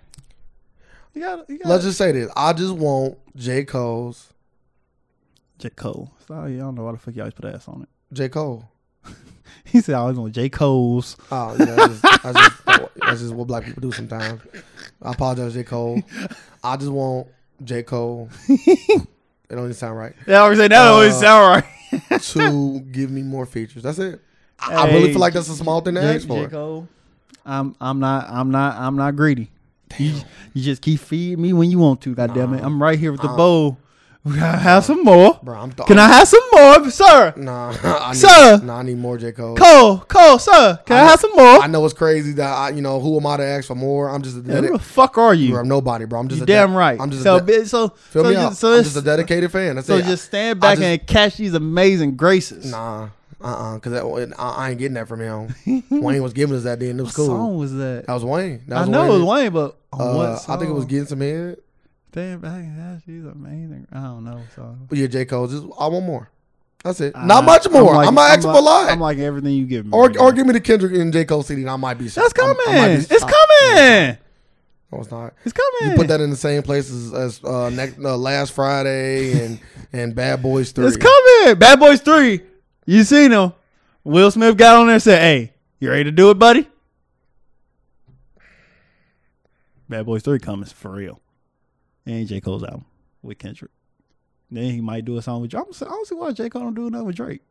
[SPEAKER 1] You got, you got
[SPEAKER 2] let's just say this. I just want J Cole's
[SPEAKER 1] J. Cole. Sorry, I don't know why the fuck you always put ass on it. <laughs>
[SPEAKER 2] J Cole.
[SPEAKER 1] He said I was on J. Cole's.
[SPEAKER 2] Oh, yeah, that's just, that's, just, that's just what black people do sometimes. I apologize, J Cole. I just want
[SPEAKER 1] <laughs>
[SPEAKER 2] J Cole. it don't even sound right.
[SPEAKER 1] That always say that always
[SPEAKER 2] Uh,
[SPEAKER 1] sound right.
[SPEAKER 2] To give me more features. That's it. I I really
[SPEAKER 1] Hey,
[SPEAKER 2] feel like that's a small thing to
[SPEAKER 1] J,
[SPEAKER 2] ask for.
[SPEAKER 1] J. Cole, I'm I'm not I'm not I'm not greedy. You, you just keep feeding me when you want to. God damn it, I'm right here with the bowl. <laughs> We gotta have some more.
[SPEAKER 2] Bro, I'm th-
[SPEAKER 1] Can I have some more, sir?
[SPEAKER 2] Nah, <laughs> I need,
[SPEAKER 1] Sir.
[SPEAKER 2] Nah, I need more J Cole.
[SPEAKER 1] Cole, Cole, sir. Can I, have some more?
[SPEAKER 2] I know it's crazy that I, you know, who am I to ask for more? I'm just a
[SPEAKER 1] Yeah, who the
[SPEAKER 2] dedicated.
[SPEAKER 1] fuck are you?
[SPEAKER 2] I'm nobody, bro. I'm just
[SPEAKER 1] you
[SPEAKER 2] a de-
[SPEAKER 1] damn right.
[SPEAKER 2] I'm just
[SPEAKER 1] so
[SPEAKER 2] a de-
[SPEAKER 1] bi- so
[SPEAKER 2] feel
[SPEAKER 1] so
[SPEAKER 2] me
[SPEAKER 1] just,
[SPEAKER 2] out.
[SPEAKER 1] so
[SPEAKER 2] I'm
[SPEAKER 1] it's-
[SPEAKER 2] just a dedicated fan. That's
[SPEAKER 1] so
[SPEAKER 2] it.
[SPEAKER 1] just stand
[SPEAKER 2] I
[SPEAKER 1] back
[SPEAKER 2] just-
[SPEAKER 1] and catch these amazing graces.
[SPEAKER 2] Nah, uh, uh because that I, I ain't getting that from him. Wayne was giving us that then.
[SPEAKER 1] <laughs>
[SPEAKER 2] It was
[SPEAKER 1] what
[SPEAKER 2] cool.
[SPEAKER 1] song was that?
[SPEAKER 2] That was Wayne. That
[SPEAKER 1] I
[SPEAKER 2] was
[SPEAKER 1] know
[SPEAKER 2] Wayne.
[SPEAKER 1] it was Wayne, but on
[SPEAKER 2] Uh,
[SPEAKER 1] what
[SPEAKER 2] I think it was
[SPEAKER 1] song?
[SPEAKER 2] getting some head.
[SPEAKER 1] Stand back and catch these amazing. I don't know. So
[SPEAKER 2] But yeah, J Cole. Just I want more. That's it.
[SPEAKER 1] I-
[SPEAKER 2] Not much more. I'm, not asking for a lot.
[SPEAKER 1] Ah, I'm like everything you give me.
[SPEAKER 2] or
[SPEAKER 1] right
[SPEAKER 2] or
[SPEAKER 1] now.
[SPEAKER 2] give me the Kendrick and J Cole CD, and I might be.
[SPEAKER 1] that's
[SPEAKER 2] I'm-
[SPEAKER 1] coming.
[SPEAKER 2] I might be-
[SPEAKER 1] it's
[SPEAKER 2] I-
[SPEAKER 1] coming.
[SPEAKER 2] No, it's not.
[SPEAKER 1] It's coming.
[SPEAKER 2] You put that in the same place as, as uh, next, uh, last Friday and and Bad Boys Three.
[SPEAKER 1] It's coming. Bad Boys Three. You seen him? Will Smith got on there and said, "Hey, you ready to do it, buddy?" Bad Boys Three coming for real. And J Cole's album with Kendrick. Then he might do a song with. I don't see- I don't see why J Cole don't do nothing with Drake.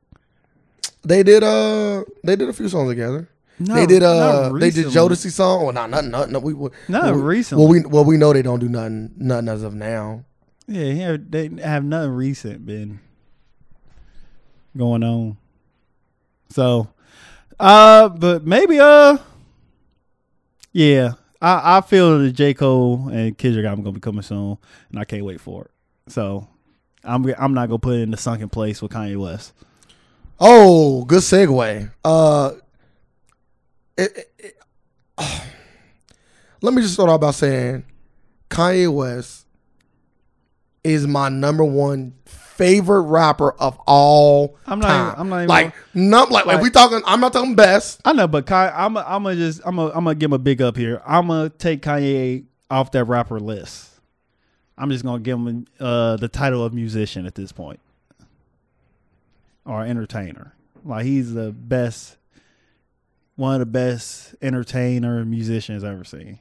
[SPEAKER 2] They did uh they did a few songs together.
[SPEAKER 1] No,
[SPEAKER 2] they did uh
[SPEAKER 1] not
[SPEAKER 2] they did
[SPEAKER 1] recently.
[SPEAKER 2] Jodeci song. Well, not nothing. nothing we, we,
[SPEAKER 1] Not
[SPEAKER 2] well, we-
[SPEAKER 1] recently.
[SPEAKER 2] Well, we well we know they don't do nothing nothing as of now.
[SPEAKER 1] Yeah, he have, they have nothing recent been going on. So, uh, but maybe uh, yeah, I I feel the J Cole and Kendrick album gonna be coming soon, and I can't wait for it. So, I'm I'm not gonna put it in the sunken place with Kanye West.
[SPEAKER 2] Oh, good segue. Uh, it, it- it- <sighs> let me just start off by saying Kanye West is my number one favorite rapper of all
[SPEAKER 1] I'm not
[SPEAKER 2] time.
[SPEAKER 1] even- I'm not even-
[SPEAKER 2] like num like, like we talking. I'm not talking best.
[SPEAKER 1] I know, but Kanye, I'm i I'm gonna just I'm i I'm gonna give him a big up here. I'm gonna take Kanye off that rapper list. I'm just gonna give him uh, the title of musician at this point, or entertainer. Like he's the best, one of the best entertainer musicians I've ever seen.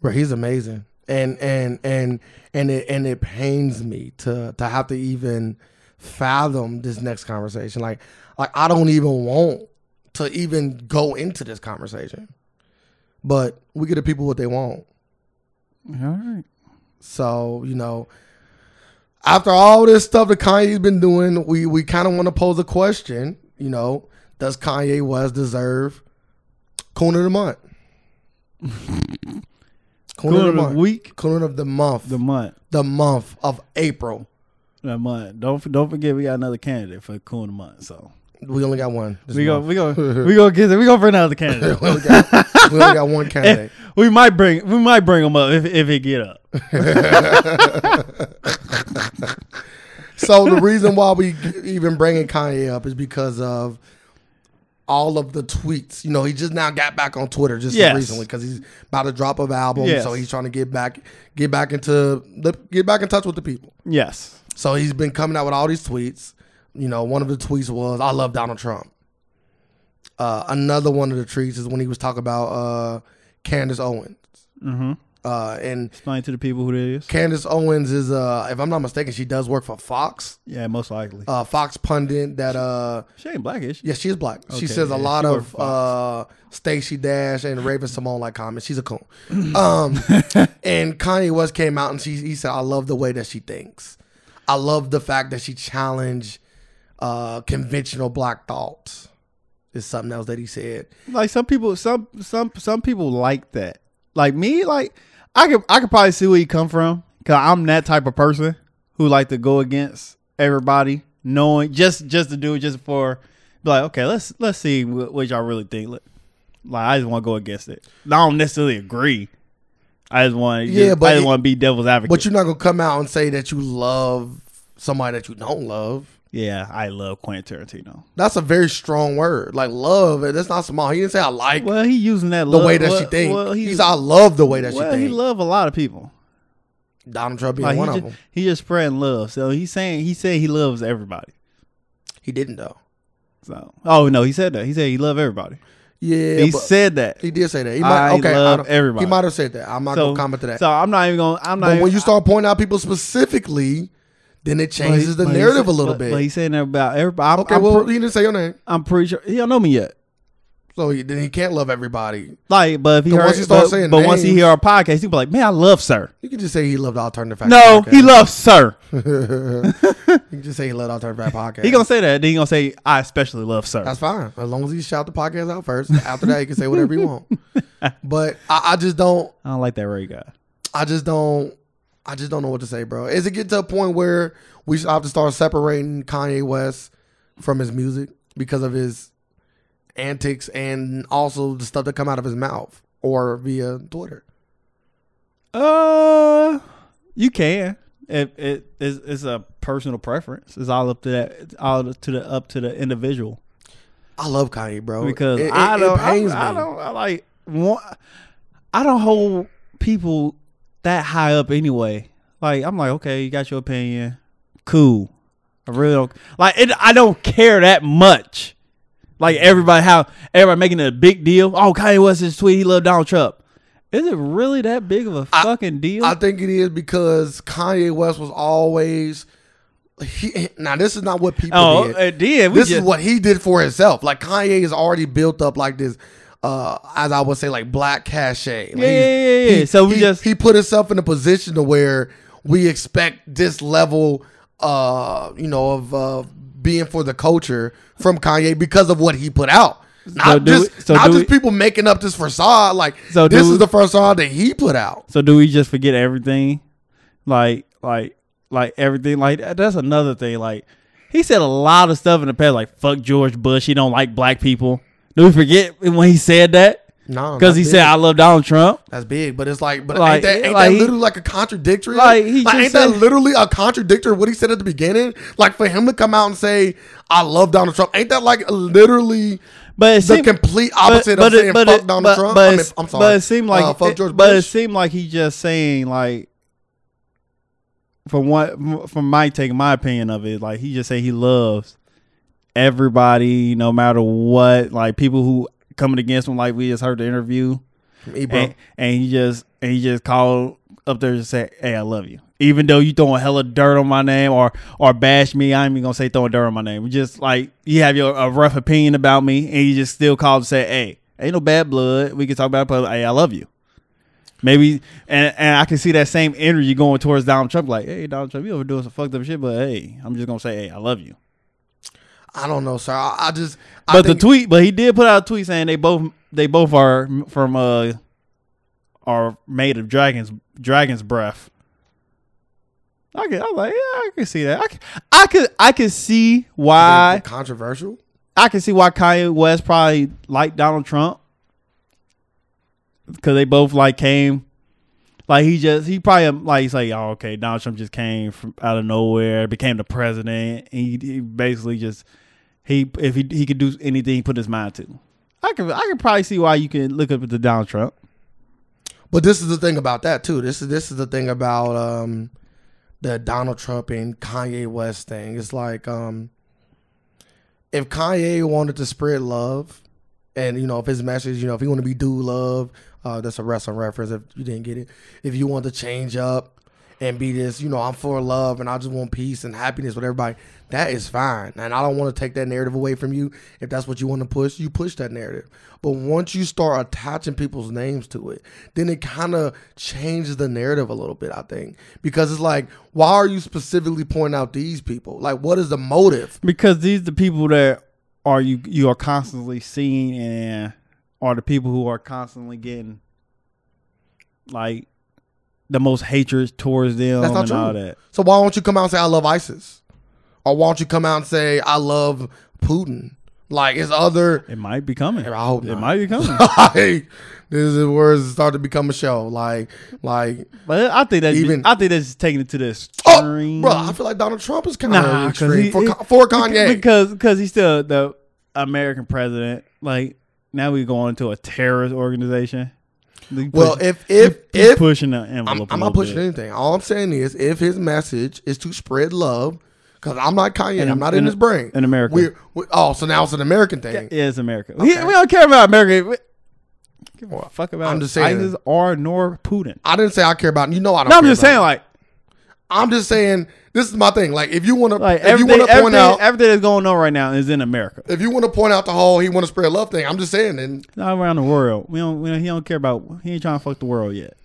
[SPEAKER 2] Bro, he's amazing, and and and and it and it pains me to to have to even fathom this next conversation. Like like I don't even want to even go into this conversation, but we give the people what they want.
[SPEAKER 1] All right,
[SPEAKER 2] So you know, after all this stuff that Kanye's been doing, we we kind of want to pose a question. You know, Does Kanye West deserve Coon of the <laughs> Month? Coon,
[SPEAKER 1] Cool
[SPEAKER 2] of the
[SPEAKER 1] of
[SPEAKER 2] Month.
[SPEAKER 1] the week,
[SPEAKER 2] Coon of the month.
[SPEAKER 1] the
[SPEAKER 2] The,
[SPEAKER 1] month,
[SPEAKER 2] month of April.
[SPEAKER 1] the month. Don't don't forget we got another candidate for cool of the month. So
[SPEAKER 2] We only got one. this
[SPEAKER 1] we go
[SPEAKER 2] month.
[SPEAKER 1] we go we go get we go for another candidate.
[SPEAKER 2] we, only got, we only
[SPEAKER 1] <laughs>
[SPEAKER 2] got one candidate.
[SPEAKER 1] we might bring we might bring him up if if he get up.
[SPEAKER 2] so the reason why we even bringing Kanye up is because of all of the tweets. You know, he just now got back on Twitter just
[SPEAKER 1] Yes.
[SPEAKER 2] recently because he's about to drop an album,
[SPEAKER 1] Yes.
[SPEAKER 2] so he's trying to get back, get back into, the, get back in touch with the people.
[SPEAKER 1] Yes.
[SPEAKER 2] So he's been coming out with all these tweets. You know, one of the tweets was, "I love Donald Trump." Uh, another one of the tweets is when he was talking about uh, Candace Owens,
[SPEAKER 1] Mm-hmm.
[SPEAKER 2] uh, and
[SPEAKER 1] Explain to the people who that is.
[SPEAKER 2] Candace Owens is, uh, if I'm not mistaken, she does work for Fox
[SPEAKER 1] Yeah, most likely.
[SPEAKER 2] uh, Fox pundit that uh
[SPEAKER 1] she ain't blackish.
[SPEAKER 2] yeah she is black.
[SPEAKER 1] Okay,
[SPEAKER 2] she says
[SPEAKER 1] yeah,
[SPEAKER 2] a lot
[SPEAKER 1] she
[SPEAKER 2] of
[SPEAKER 1] worked
[SPEAKER 2] uh Stacey Dash and Raven Simone like comments. She's
[SPEAKER 1] <laughs>
[SPEAKER 2] a coon. Um, and Kanye West came out and she he said I love the way that she thinks. I love the fact that she challenged uh conventional black thoughts. Is something else that he said.
[SPEAKER 1] Like some people, some some some people like that. Like me, like I could I could probably see where you come from because I'm that type of person who like to go against everybody, knowing just just to do it just for be like okay, let's let's see what, what y'all really think. Like I just want to go against it. I don't necessarily agree. I just want
[SPEAKER 2] Yeah,
[SPEAKER 1] yeah,
[SPEAKER 2] but
[SPEAKER 1] I just
[SPEAKER 2] it-
[SPEAKER 1] want to be devil's advocate.
[SPEAKER 2] But you're not gonna come out and say that you love somebody that you don't love.
[SPEAKER 1] yeah, I love Quentin Tarantino.
[SPEAKER 2] That's a very strong word. Like love, that's not small. He didn't say I like
[SPEAKER 1] Well, he using that
[SPEAKER 2] the
[SPEAKER 1] love-
[SPEAKER 2] way that
[SPEAKER 1] well,
[SPEAKER 2] she thinks.
[SPEAKER 1] Well,
[SPEAKER 2] he's,
[SPEAKER 1] he's,
[SPEAKER 2] I love the way that
[SPEAKER 1] well,
[SPEAKER 2] she
[SPEAKER 1] he
[SPEAKER 2] thinks.
[SPEAKER 1] love a lot of people.
[SPEAKER 2] Donald Trump being
[SPEAKER 1] Like, he,
[SPEAKER 2] one
[SPEAKER 1] ju-
[SPEAKER 2] of them.
[SPEAKER 1] he just spreading love. So he's saying he said he loves everybody.
[SPEAKER 2] He didn't though.
[SPEAKER 1] So oh no, he said that. He said he loved everybody.
[SPEAKER 2] Yeah,
[SPEAKER 1] he
[SPEAKER 2] but
[SPEAKER 1] said that.
[SPEAKER 2] he did say that. He
[SPEAKER 1] I
[SPEAKER 2] might, okay,
[SPEAKER 1] love
[SPEAKER 2] don't-
[SPEAKER 1] everybody.
[SPEAKER 2] He might have said that. I'm not
[SPEAKER 1] so,
[SPEAKER 2] gonna comment to that.
[SPEAKER 1] So I'm not even gonna. I'm not.
[SPEAKER 2] but when
[SPEAKER 1] even-
[SPEAKER 2] you start pointing out people specifically, then it
[SPEAKER 1] but he-
[SPEAKER 2] changes the
[SPEAKER 1] but he
[SPEAKER 2] narrative
[SPEAKER 1] said-
[SPEAKER 2] a little
[SPEAKER 1] but-
[SPEAKER 2] bit.
[SPEAKER 1] But he's saying that about everybody. I'm,
[SPEAKER 2] okay,
[SPEAKER 1] I'm,
[SPEAKER 2] well,
[SPEAKER 1] pre-
[SPEAKER 2] he didn't say your name,
[SPEAKER 1] I'm pretty sure he don't know me yet.
[SPEAKER 2] so he, then he can't love everybody.
[SPEAKER 1] Like, but if he
[SPEAKER 2] But
[SPEAKER 1] heard,
[SPEAKER 2] once he start
[SPEAKER 1] but,
[SPEAKER 2] saying
[SPEAKER 1] but once he
[SPEAKER 2] names-
[SPEAKER 1] hear our podcast, he'll be like, "Man, I love sir."
[SPEAKER 2] You can just say he loved alternative. Fact
[SPEAKER 1] No,
[SPEAKER 2] podcast.
[SPEAKER 1] he loves sir.
[SPEAKER 2] you can just say he loved alternative fact podcast.
[SPEAKER 1] He gonna say that. Then he gonna say, "I especially love sir."
[SPEAKER 2] That's fine. As long as you shout the podcast out first. After that, you can say whatever you
[SPEAKER 1] <laughs>
[SPEAKER 2] want. But I, I just don't.
[SPEAKER 1] I don't like that Ray guy.
[SPEAKER 2] I just don't. I just don't know what to say, bro. Is it get to a point where we should have to start separating Kanye West from his music because of his antics and also the stuff that come out of his mouth or via Twitter?
[SPEAKER 1] Uh, you can. It it is it's a personal preference. It's all up to that. It's all to the up to the individual.
[SPEAKER 2] I love Kanye, bro.
[SPEAKER 1] Because
[SPEAKER 2] It- it-
[SPEAKER 1] I
[SPEAKER 2] it
[SPEAKER 1] don't. I,
[SPEAKER 2] pains
[SPEAKER 1] I
[SPEAKER 2] me.
[SPEAKER 1] don't. I like. Want, I don't hold people that high up anyway. Like I'm like, okay, you got your opinion. Cool. I really don't like it. I don't care that much. Like everybody, how everybody making it a big deal. Oh, Kanye West is tweet. He loved Donald Trump. Is it really that big of a fucking deal?
[SPEAKER 2] I think it is because Kanye West was always. He, now this is not what people
[SPEAKER 1] Oh,
[SPEAKER 2] did.
[SPEAKER 1] it did. We
[SPEAKER 2] this
[SPEAKER 1] just-
[SPEAKER 2] is what he did for himself. Like Kanye is already built up like this, uh, as I would say, like black cachet. Like,
[SPEAKER 1] Yeah,
[SPEAKER 2] he's-
[SPEAKER 1] yeah, yeah, yeah. So we
[SPEAKER 2] he,
[SPEAKER 1] just-
[SPEAKER 2] he put himself in a position to where we expect this level, uh, you know, of uh, being for the culture from Kanye because of what he put out. Not
[SPEAKER 1] do
[SPEAKER 2] just
[SPEAKER 1] we- so
[SPEAKER 2] not
[SPEAKER 1] do
[SPEAKER 2] just
[SPEAKER 1] we-
[SPEAKER 2] people making up this facade. Like
[SPEAKER 1] So do
[SPEAKER 2] this
[SPEAKER 1] we-
[SPEAKER 2] is the first song that he put out.
[SPEAKER 1] So do we just forget everything? Like like like everything like that- that's another thing. Like he said a lot of stuff in the past, like fuck George Bush, he don't like black people. Do we forget when he said that?
[SPEAKER 2] No,
[SPEAKER 1] Because he said I love Donald Trump.
[SPEAKER 2] That's big, but it's like, but ain't
[SPEAKER 1] Like,
[SPEAKER 2] that, ain't
[SPEAKER 1] like
[SPEAKER 2] that
[SPEAKER 1] he-
[SPEAKER 2] literally like a contradictory?
[SPEAKER 1] Like, he just
[SPEAKER 2] ain't that
[SPEAKER 1] said-
[SPEAKER 2] literally a contradictory of what he said at the beginning? Like for him to come out and say, "I love Donald Trump," ain't that like literally
[SPEAKER 1] But it
[SPEAKER 2] the
[SPEAKER 1] seemed,
[SPEAKER 2] complete opposite
[SPEAKER 1] but, but
[SPEAKER 2] of
[SPEAKER 1] it-
[SPEAKER 2] saying
[SPEAKER 1] but
[SPEAKER 2] "fuck
[SPEAKER 1] it-
[SPEAKER 2] Donald
[SPEAKER 1] but-
[SPEAKER 2] Trump"?
[SPEAKER 1] But,
[SPEAKER 2] I mean,
[SPEAKER 1] it's-
[SPEAKER 2] I'm sorry,
[SPEAKER 1] but it seemed like
[SPEAKER 2] uh, fuck
[SPEAKER 1] it-
[SPEAKER 2] George
[SPEAKER 1] But it
[SPEAKER 2] Bush.
[SPEAKER 1] seemed like he just saying like from what from my take, my opinion of it, like he just say he loves everybody, no matter what. Like people who coming against him, like we just heard the interview,
[SPEAKER 2] Me, bro.
[SPEAKER 1] and, and he just and he just called up there and say, "Hey, I love you." Even though you throwing hella dirt on my name or or bash me, I ain't even gonna say throwing dirt on my name. Just like you have your a rough opinion about me, and you just still call to say, "Hey, ain't no bad blood. We can talk about it, but hey, I love you." Maybe and and I can see that same energy going towards Donald Trump. Like, hey, Donald Trump, you over doing some fucked up shit, but hey, I'm just gonna say, hey, I love you.
[SPEAKER 2] I don't know, sir. I, I just. I
[SPEAKER 1] But the
[SPEAKER 2] think-
[SPEAKER 1] tweet, but he did put out a tweet saying they both they both are m- from uh are made of dragons dragons breath. I can, I'm like, yeah, I can see that. I can, I could, I could see why.
[SPEAKER 2] controversial.
[SPEAKER 1] I can see why Kanye West probably liked Donald Trump because they both like came, like he just he probably like he's like, oh, okay, Donald Trump just came from out of nowhere, became the president. He, he basically just he if he he could do anything he put his mind to. I can I can probably see why you can look up to Donald Trump.
[SPEAKER 2] But this is the thing about that too. This is this is the thing about um the Donald Trump and Kanye West thing. It's like um if Kanye wanted to spread love and you know if his message, you know, if he want to be do love, uh that's a wrestling reference if you didn't get it. If you want to change up and be this, you know, I'm for love and I just want peace and happiness with everybody, that is fine. And I don't want to take that narrative away from you. If that's what you want to push, you push that narrative. But once you start attaching people's names to it, then it kind of changes the narrative a little bit, I think. Because it's like, why are you specifically pointing out these people? Like, what is the motive?
[SPEAKER 1] because these the people that are you you are constantly seeing and are the people who are constantly getting like the most hatred towards them
[SPEAKER 2] That's not
[SPEAKER 1] and
[SPEAKER 2] true.
[SPEAKER 1] all that.
[SPEAKER 2] So why don't you come out and say I love ISIS, or why don't you come out and say I love Putin? Like it's other.
[SPEAKER 1] It might be coming.
[SPEAKER 2] I hope
[SPEAKER 1] it
[SPEAKER 2] not. <laughs>
[SPEAKER 1] might be coming.
[SPEAKER 2] like this is where it start to become a show. Like like
[SPEAKER 1] but I think that's
[SPEAKER 2] Even-
[SPEAKER 1] Even, I think that's just taking it to the
[SPEAKER 2] oh,
[SPEAKER 1] extreme.
[SPEAKER 2] bro, I feel like Donald Trump is kind of
[SPEAKER 1] Nah, 'cause
[SPEAKER 2] extreme
[SPEAKER 1] he-
[SPEAKER 2] for,
[SPEAKER 1] he-
[SPEAKER 2] Ka- for Kanye.
[SPEAKER 1] because because he's still the American president. Like now we going to a terrorist organization. They
[SPEAKER 2] well,
[SPEAKER 1] push-
[SPEAKER 2] if if
[SPEAKER 1] he's
[SPEAKER 2] if
[SPEAKER 1] pushing the envelope,
[SPEAKER 2] I'm, I'm not pushing anything. All I'm saying is, if his message is to spread love, because I'm not Kanye,
[SPEAKER 1] In-
[SPEAKER 2] I'm not in,
[SPEAKER 1] in-
[SPEAKER 2] his brain.
[SPEAKER 1] in America.
[SPEAKER 2] we're, we oh, so now it's an American thing.
[SPEAKER 1] Yeah, it's America. We, we don't care about America. We, give a fuck about
[SPEAKER 2] I'm just saying-
[SPEAKER 1] ISIS or nor Putin.
[SPEAKER 2] I didn't say I care about. You know, I don't.
[SPEAKER 1] No, I'm
[SPEAKER 2] care
[SPEAKER 1] just
[SPEAKER 2] about
[SPEAKER 1] saying
[SPEAKER 2] it.
[SPEAKER 1] like
[SPEAKER 2] I'm just saying. This is my thing. Like, if you want to,
[SPEAKER 1] like
[SPEAKER 2] if you
[SPEAKER 1] everything
[SPEAKER 2] want to point
[SPEAKER 1] everything,
[SPEAKER 2] out,
[SPEAKER 1] everything that's going on right now is in America,
[SPEAKER 2] if you want to point out the whole he want to spread love thing, I'm just saying. And
[SPEAKER 1] It's not around the world. We don't, we don't. He don't care about. He ain't trying to fuck the world yet.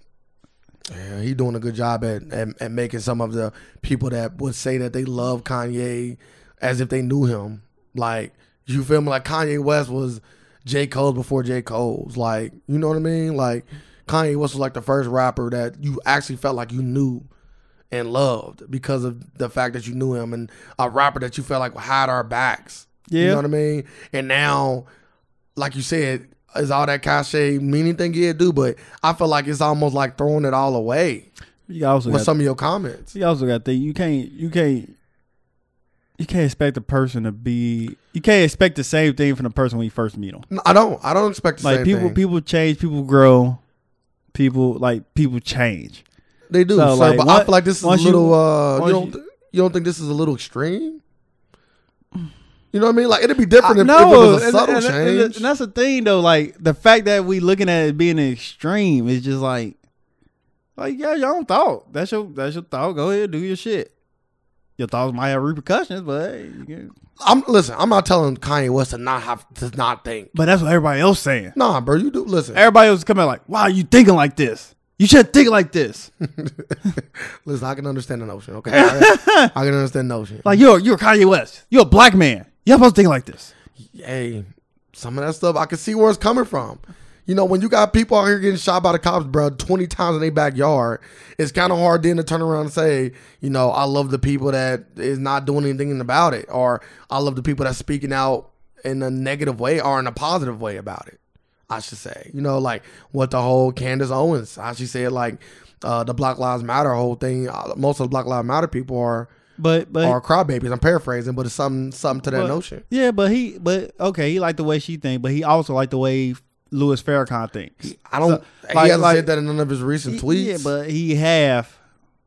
[SPEAKER 2] yeah, he doing a good job at, at at making some of the people that would say that they love Kanye as if they knew him. Like, you feel me? Like Kanye West was J Cole's before J Cole's. Like, you know what I mean? Like, Kanye West was like the first rapper that you actually felt like you knew and loved because of the fact that you knew him and a rapper that you felt like had our backs. You
[SPEAKER 1] Yeah.
[SPEAKER 2] know what I mean? And now, like you said, is all that cachet mean anything yeah do, but I feel like it's almost like throwing it all away
[SPEAKER 1] You also
[SPEAKER 2] with
[SPEAKER 1] got,
[SPEAKER 2] some of your comments.
[SPEAKER 1] you also got to think you can't you can't you can't expect a person to be you can't expect the same thing from the person when you first meet them.
[SPEAKER 2] No, I don't I don't expect the
[SPEAKER 1] Like
[SPEAKER 2] same
[SPEAKER 1] people
[SPEAKER 2] thing.
[SPEAKER 1] people change, people grow, people like people change.
[SPEAKER 2] they do.
[SPEAKER 1] so,
[SPEAKER 2] sir,
[SPEAKER 1] like,
[SPEAKER 2] but I
[SPEAKER 1] what-
[SPEAKER 2] feel like this is a
[SPEAKER 1] once you-
[SPEAKER 2] little uh you
[SPEAKER 1] once
[SPEAKER 2] don't
[SPEAKER 1] you-
[SPEAKER 2] th- you don't think this is a little extreme? You know what I mean? Like it'd be different if,
[SPEAKER 1] I-
[SPEAKER 2] if it was a
[SPEAKER 1] and-
[SPEAKER 2] subtle
[SPEAKER 1] and- and-
[SPEAKER 2] change.
[SPEAKER 1] And that's the thing, though. Like the fact that we looking at it being extreme is just like, like yeah, your own thought. That's your that's your thought. Go ahead, do your shit. Your thoughts might have repercussions, but hey, you can-
[SPEAKER 2] I'm listen, I'm not telling Kanye West to not have to not think.
[SPEAKER 1] but that's what everybody else saying.
[SPEAKER 2] Nah, bro, you do listen.
[SPEAKER 1] Everybody else coming like, why are you thinking like this? You should think like this.
[SPEAKER 2] <laughs> Listen, I can understand the notion, okay? I, I can understand the
[SPEAKER 1] <laughs>
[SPEAKER 2] notion.
[SPEAKER 1] Like you're you're Kanye West. You're a black man. You're supposed to think like this.
[SPEAKER 2] hey, some of that stuff I can see where it's coming from. You know, when you got people out here getting shot by the cops, bro, twenty times in their backyard, it's kind of hard then to turn around and say, you know, I love the people that is not doing anything about it, or I love the people that's speaking out in a negative way or in a positive way about it. I should say, you know, like what the whole Candace Owens, how she said, like uh, the Black Lives Matter whole thing. uh, Most of the Black Lives Matter people are
[SPEAKER 1] But but
[SPEAKER 2] are crybabies. I'm paraphrasing, but it's something something to that
[SPEAKER 1] But-
[SPEAKER 2] notion.
[SPEAKER 1] Yeah, but he, but okay, he liked the way she thinks, but he also liked the way Louis Farrakhan thinks.
[SPEAKER 2] I don't. he
[SPEAKER 1] like-
[SPEAKER 2] hasn't
[SPEAKER 1] like-
[SPEAKER 2] said that in none of his recent tweets.
[SPEAKER 1] Yeah, but he have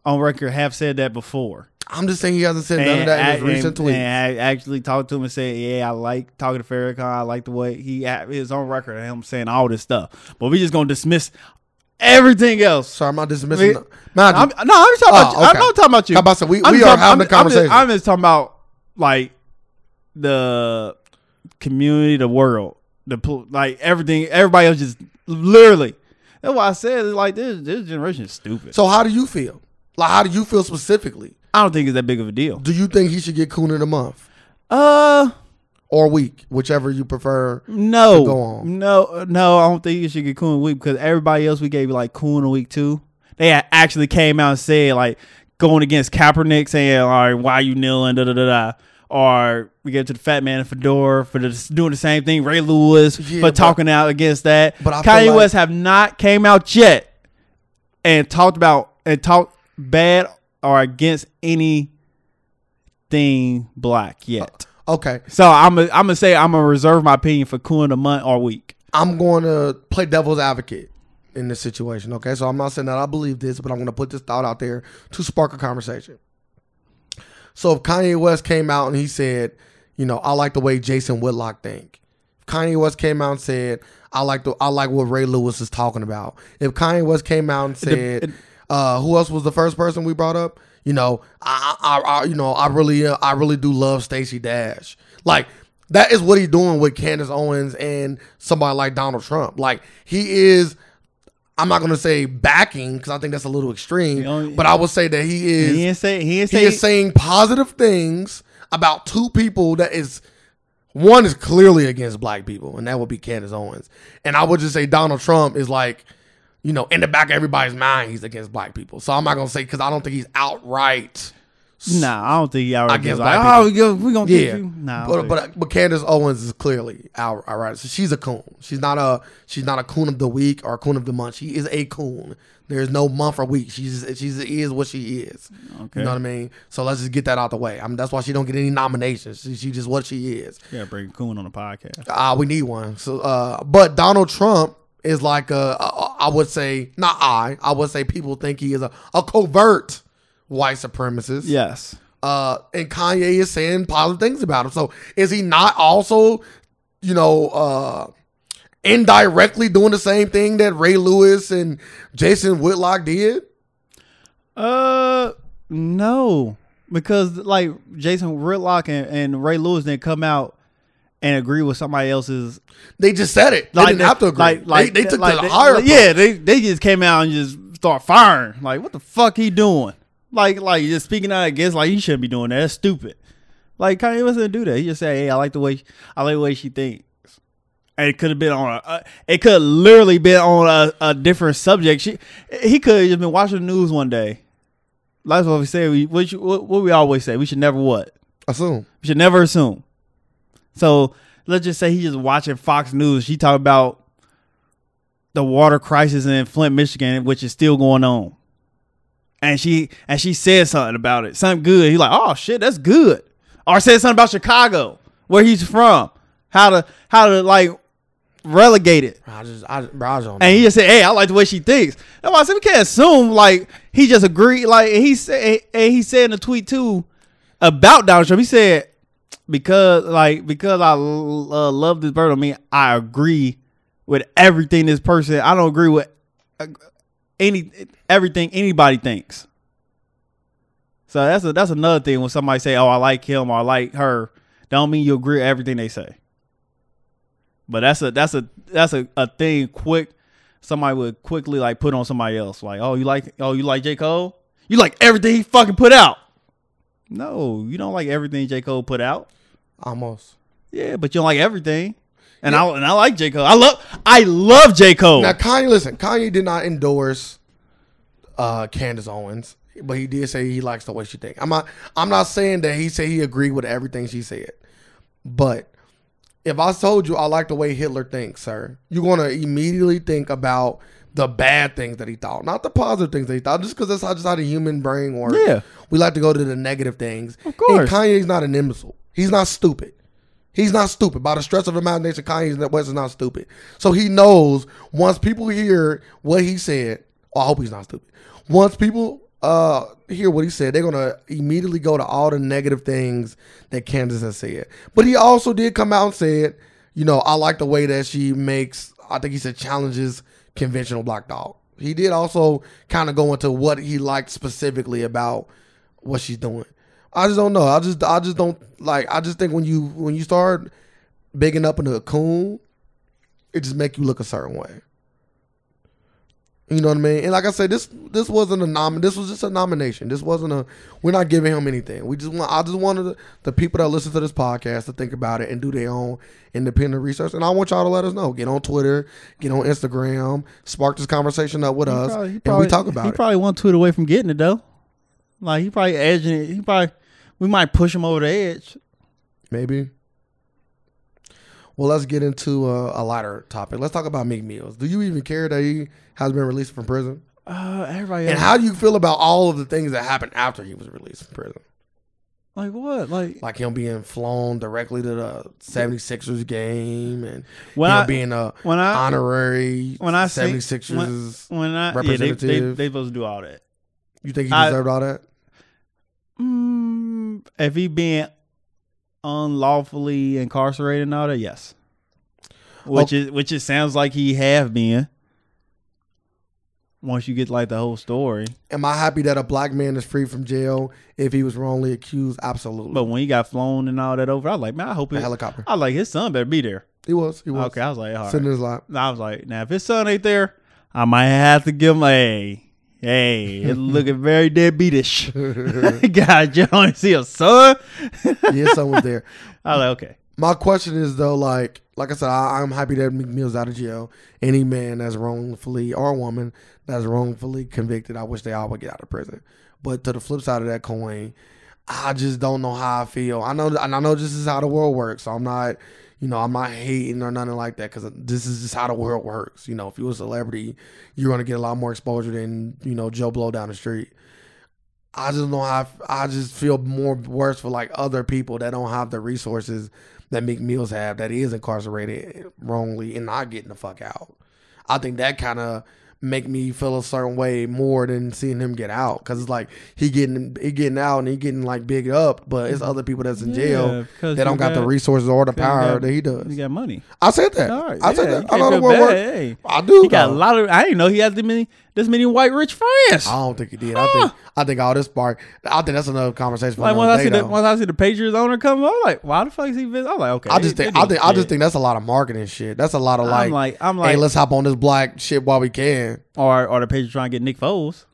[SPEAKER 1] on record have said that before.
[SPEAKER 2] I'm just saying he hasn't said none of that in his
[SPEAKER 1] I-
[SPEAKER 2] recent
[SPEAKER 1] and-
[SPEAKER 2] tweets.
[SPEAKER 1] and I actually talked to him and said, "Yeah, I like talking to Farrakhan. I like the way he is on record of him saying all this stuff." But we just gonna dismiss everything else.
[SPEAKER 2] Sorry, I'm not dismissing.
[SPEAKER 1] We-
[SPEAKER 2] the- Mind you,
[SPEAKER 1] I'm, no, I'm just talking about.
[SPEAKER 2] Oh,
[SPEAKER 1] you. I'm
[SPEAKER 2] okay.
[SPEAKER 1] not talking about you.
[SPEAKER 2] How about so we-
[SPEAKER 1] I'm
[SPEAKER 2] we
[SPEAKER 1] just
[SPEAKER 2] are
[SPEAKER 1] talking-
[SPEAKER 2] having
[SPEAKER 1] I'm
[SPEAKER 2] a
[SPEAKER 1] just-
[SPEAKER 2] conversation.
[SPEAKER 1] I'm just talking about like the community, the world, the pol- like everything. Everybody else just literally. That's why I said it's like this. This generation is stupid.
[SPEAKER 2] so how do you feel? Like, how do you feel specifically?
[SPEAKER 1] I don't think it's that big of a deal.
[SPEAKER 2] Do you think he should get coon in a month?
[SPEAKER 1] Uh,
[SPEAKER 2] or week, whichever you prefer.
[SPEAKER 1] No,
[SPEAKER 2] go on.
[SPEAKER 1] no, no. I don't think you should get coon a week because everybody else we gave like coon a week too. They had actually came out and said like going against Kaepernick saying all right, why you kneeling da da da da. Or we get to the fat man in Fedora for the, doing the same thing. Ray Lewis
[SPEAKER 2] Yeah,
[SPEAKER 1] for
[SPEAKER 2] but-
[SPEAKER 1] talking out against that.
[SPEAKER 2] but I feel
[SPEAKER 1] Kanye
[SPEAKER 2] like-
[SPEAKER 1] West have not came out yet and talked about and talked bad or against anything black
[SPEAKER 2] Uh,
[SPEAKER 1] yet.
[SPEAKER 2] Okay,
[SPEAKER 1] So I'm i I'm gonna say I'm gonna reserve my opinion for cool in a month or week.
[SPEAKER 2] I'm going to play devil's advocate in this situation. Okay, so I'm not saying that I believe this, but I'm going to put this thought out there to spark a conversation. So if Kanye West came out and he said, you know, I like the way Jason Whitlock think. If Kanye West came out and said, I like the I like what Ray Lewis is talking about. If Kanye West came out and said, uh, who else was the first person we brought up? You know, I, I, I you know, I really, uh, I really do love Stacey Dash. Like that is what he's doing with Candace Owens and somebody like Donald Trump. Like he is. I'm not gonna say backing because I think that's a little extreme,
[SPEAKER 1] know,
[SPEAKER 2] but I would say that he is
[SPEAKER 1] He ain't say he ain't
[SPEAKER 2] he
[SPEAKER 1] say
[SPEAKER 2] is saying positive things about two people that is one is clearly against black people, and that would be Candace Owens. And I would just say Donald Trump is like, you know, in the back of everybody's mind, he's against black people. So I'm not gonna say because I don't think he's outright.
[SPEAKER 1] nah. I don't think y'all are
[SPEAKER 2] guess
[SPEAKER 1] just like
[SPEAKER 2] black
[SPEAKER 1] oh we go we gonna yeah.
[SPEAKER 2] Yeah,
[SPEAKER 1] you. Nah, but,
[SPEAKER 2] but but but Candace Owens is clearly out. All right, so she's a coon. She's not a she's not a coon of the week or a coon of the month. She is a coon. There's no month or week. She's she's is what she is.
[SPEAKER 1] okay.
[SPEAKER 2] You know what I mean? So let's just get that out the way. I mean, that's why she don't get any nominations. She, she just what she is.
[SPEAKER 1] yeah, bring Coon on the podcast.
[SPEAKER 2] Uh, we need one. So, uh, but Donald Trump is like a, a, I would say, not I, I would say people think he is a, a covert white supremacist.
[SPEAKER 1] Yes,
[SPEAKER 2] Uh, and Kanye is saying positive things about him. So is he not also, you know, uh, indirectly doing the same thing that Ray Lewis and Jason Whitlock did?
[SPEAKER 1] uh, no, because like Jason Whitlock and, and Ray Lewis didn't come out and agree with somebody else's
[SPEAKER 2] They just said it. They didn't
[SPEAKER 1] that-
[SPEAKER 2] have to agree.
[SPEAKER 1] Like, like
[SPEAKER 2] they, they took
[SPEAKER 1] like
[SPEAKER 2] the higher approach.
[SPEAKER 1] Yeah, they they just came out and just start firing. Like, what the fuck he doing? Like, like just speaking out against. Like, he shouldn't be doing that. That's stupid. Like Kanye West didn't do that. He just said, "Hey, I like the way I like the way she thinks." And it could have been on a. Uh, it could have literally been on a, a different subject. She, he could have just been watching the news one day. That's what we say. We what, you, what, what we always say. We should never what
[SPEAKER 2] Assume.
[SPEAKER 1] we should never assume. So let's just say he's just watching Fox News. She talked about the water crisis in Flint, Michigan, which is still going on. And she and she said something about it, something good. He's like, oh shit, that's good. Or said something about Chicago, where he's from, how to how to like relegate it.
[SPEAKER 2] I just, I, bro, I don't know.
[SPEAKER 1] And he just said, "Hey, I like the way she thinks." That's why I said we can't assume like he just agreed. Like he said, and he said in a tweet too about Donald Trump. He said because like because I l- uh, love this bird. I mean, I agree with everything this person. I don't agree with uh, any everything anybody thinks. So that's a, that's another thing when somebody say, "Oh, I like him" or "I like her," don't mean you agree with everything they say. But that's a that's a that's a, a thing quick somebody would quickly like put on somebody else. Like, oh you like oh you like J. Cole? You like everything he fucking put out. No, you don't like everything J. Cole put out.
[SPEAKER 2] Almost.
[SPEAKER 1] Yeah, but you don't like everything. And I and I like J. Cole. I love I love J. Cole.
[SPEAKER 2] Now Kanye, listen, Kanye did not endorse uh Candace Owens, but he did say he likes the way she thinks. I'm not I'm not saying that he said he agreed with everything she said. But if I told you I like the way Hitler thinks, sir, you're gonna immediately think about the bad things that he thought, not the positive things that he thought, just because that's how just how the human brain works.
[SPEAKER 1] Yeah.
[SPEAKER 2] We like to go to the negative things. Of
[SPEAKER 1] course.
[SPEAKER 2] And Kanye's not an imbecile. He's not stupid. He's not stupid. By the stretch of imagination, Kanye West is not stupid. So he knows once people hear what he said, well, I hope he's not stupid. Once people uh hear what he said, they're gonna immediately go to all the negative things that Candace has said. But he also did come out and said, you know, I like the way that she makes I think he said challenges conventional black dog. He did also kind of go into what he liked specifically about what she's doing. I just don't know. I just I just don't like I just think when you when you start bigging up into a coon, it just make you look a certain way. You know what I mean? And like I said, this this wasn't a nom. This was just a nomination. This wasn't a. We're not giving him anything. We just want. I just wanted the, the people that listen to this podcast to think about it and do their own independent research. And I want y'all to let us know. Get on Twitter. Get on Instagram. Spark this conversation up with us,
[SPEAKER 1] Probably- he
[SPEAKER 2] and we
[SPEAKER 1] probably-
[SPEAKER 2] talk about
[SPEAKER 1] He
[SPEAKER 2] it.
[SPEAKER 1] probably one tweet away from getting it though. Like he probably edging it. He probably we might push him over the edge.
[SPEAKER 2] Maybe. Well, let's get into uh, a, a lighter topic. Let's talk about Meek Mills. Do you even care that he has been released from prison?
[SPEAKER 1] Uh, everybody
[SPEAKER 2] And
[SPEAKER 1] else,
[SPEAKER 2] how do you feel about all of the things that happened after he was released from prison?
[SPEAKER 1] like what? Like
[SPEAKER 2] Like him being flown directly to the 76ers game and
[SPEAKER 1] When
[SPEAKER 2] him
[SPEAKER 1] I-
[SPEAKER 2] being a
[SPEAKER 1] when I
[SPEAKER 2] honorary
[SPEAKER 1] when I see-
[SPEAKER 2] 76ers.
[SPEAKER 1] when I yeah, they, they,
[SPEAKER 2] representative.
[SPEAKER 1] they supposed to do all that.
[SPEAKER 2] you think he
[SPEAKER 1] I-
[SPEAKER 2] deserved all that?
[SPEAKER 1] Mm, if he being unlawfully incarcerated and all that, yes. Which
[SPEAKER 2] Oh.
[SPEAKER 1] is which it sounds like he have been. Once you get like the whole story,
[SPEAKER 2] Am I happy that a black man is free from jail if he was wrongly accused? Absolutely.
[SPEAKER 1] but when he got flown and all that over, I was like, man, I hope
[SPEAKER 2] the
[SPEAKER 1] it.
[SPEAKER 2] helicopter.
[SPEAKER 1] I was like his son better be there.
[SPEAKER 2] He was. He was.
[SPEAKER 1] Okay, I was like, all right.
[SPEAKER 2] Sitting in his lap. <laughs>
[SPEAKER 1] I was like, now if his son ain't there, I might have to give him a hey.
[SPEAKER 2] <laughs>
[SPEAKER 1] It's looking very deadbeatish. <laughs> God, you only see a son.
[SPEAKER 2] Yeah, someone's there.
[SPEAKER 1] I was like, okay,
[SPEAKER 2] My question is though, like, like I said, I, I'm happy that Meek Mill's out of jail. Any man that's wrongfully or woman that's wrongfully convicted, I wish they all would get out of prison. But to the flip side of that coin, I just don't know how I feel. I know, and I know this is how the world works. So I'm not, you know, I'm not hating or nothing like that because this is just how the world works. You know, if you're a celebrity, you're gonna get a lot more exposure than you know Joe Blow down the street. I just know how I, I just feel more worse for like other people that don't have the resources that Meek Mills have that is incarcerated wrongly and not getting the fuck out. I think that kind of make me feel a certain way more than seeing him get out because it's like he getting he getting out and he getting like big up, but it's other people that's in jail
[SPEAKER 1] because
[SPEAKER 2] they don't got, the resources or the power that he does.
[SPEAKER 1] He got money.
[SPEAKER 2] I said that.
[SPEAKER 1] All right,
[SPEAKER 2] I
[SPEAKER 1] yeah,
[SPEAKER 2] said
[SPEAKER 1] you
[SPEAKER 2] that. I
[SPEAKER 1] can't
[SPEAKER 2] know the
[SPEAKER 1] feel
[SPEAKER 2] word
[SPEAKER 1] bad,
[SPEAKER 2] work.
[SPEAKER 1] hey.
[SPEAKER 2] I do.
[SPEAKER 1] He got a
[SPEAKER 2] though.
[SPEAKER 1] lot of. I didn't know he had this many this many white rich friends.
[SPEAKER 2] I don't think he did. I think I think all this part. I think that's another conversation. For
[SPEAKER 1] Ah. like
[SPEAKER 2] another
[SPEAKER 1] once I
[SPEAKER 2] day,
[SPEAKER 1] see the
[SPEAKER 2] though.
[SPEAKER 1] once I see the Patriots owner come, I'm like, why the fuck is he? Visit? I'm like, okay.
[SPEAKER 2] I just
[SPEAKER 1] they-
[SPEAKER 2] think
[SPEAKER 1] they
[SPEAKER 2] I
[SPEAKER 1] doing
[SPEAKER 2] think I just
[SPEAKER 1] shit.
[SPEAKER 2] think that's a lot of marketing shit. That's a lot of like,
[SPEAKER 1] I'm like I'm like
[SPEAKER 2] hey, let's hop on this black shit while we can. <laughs>
[SPEAKER 1] or or the Patriots trying to get Nick Foles.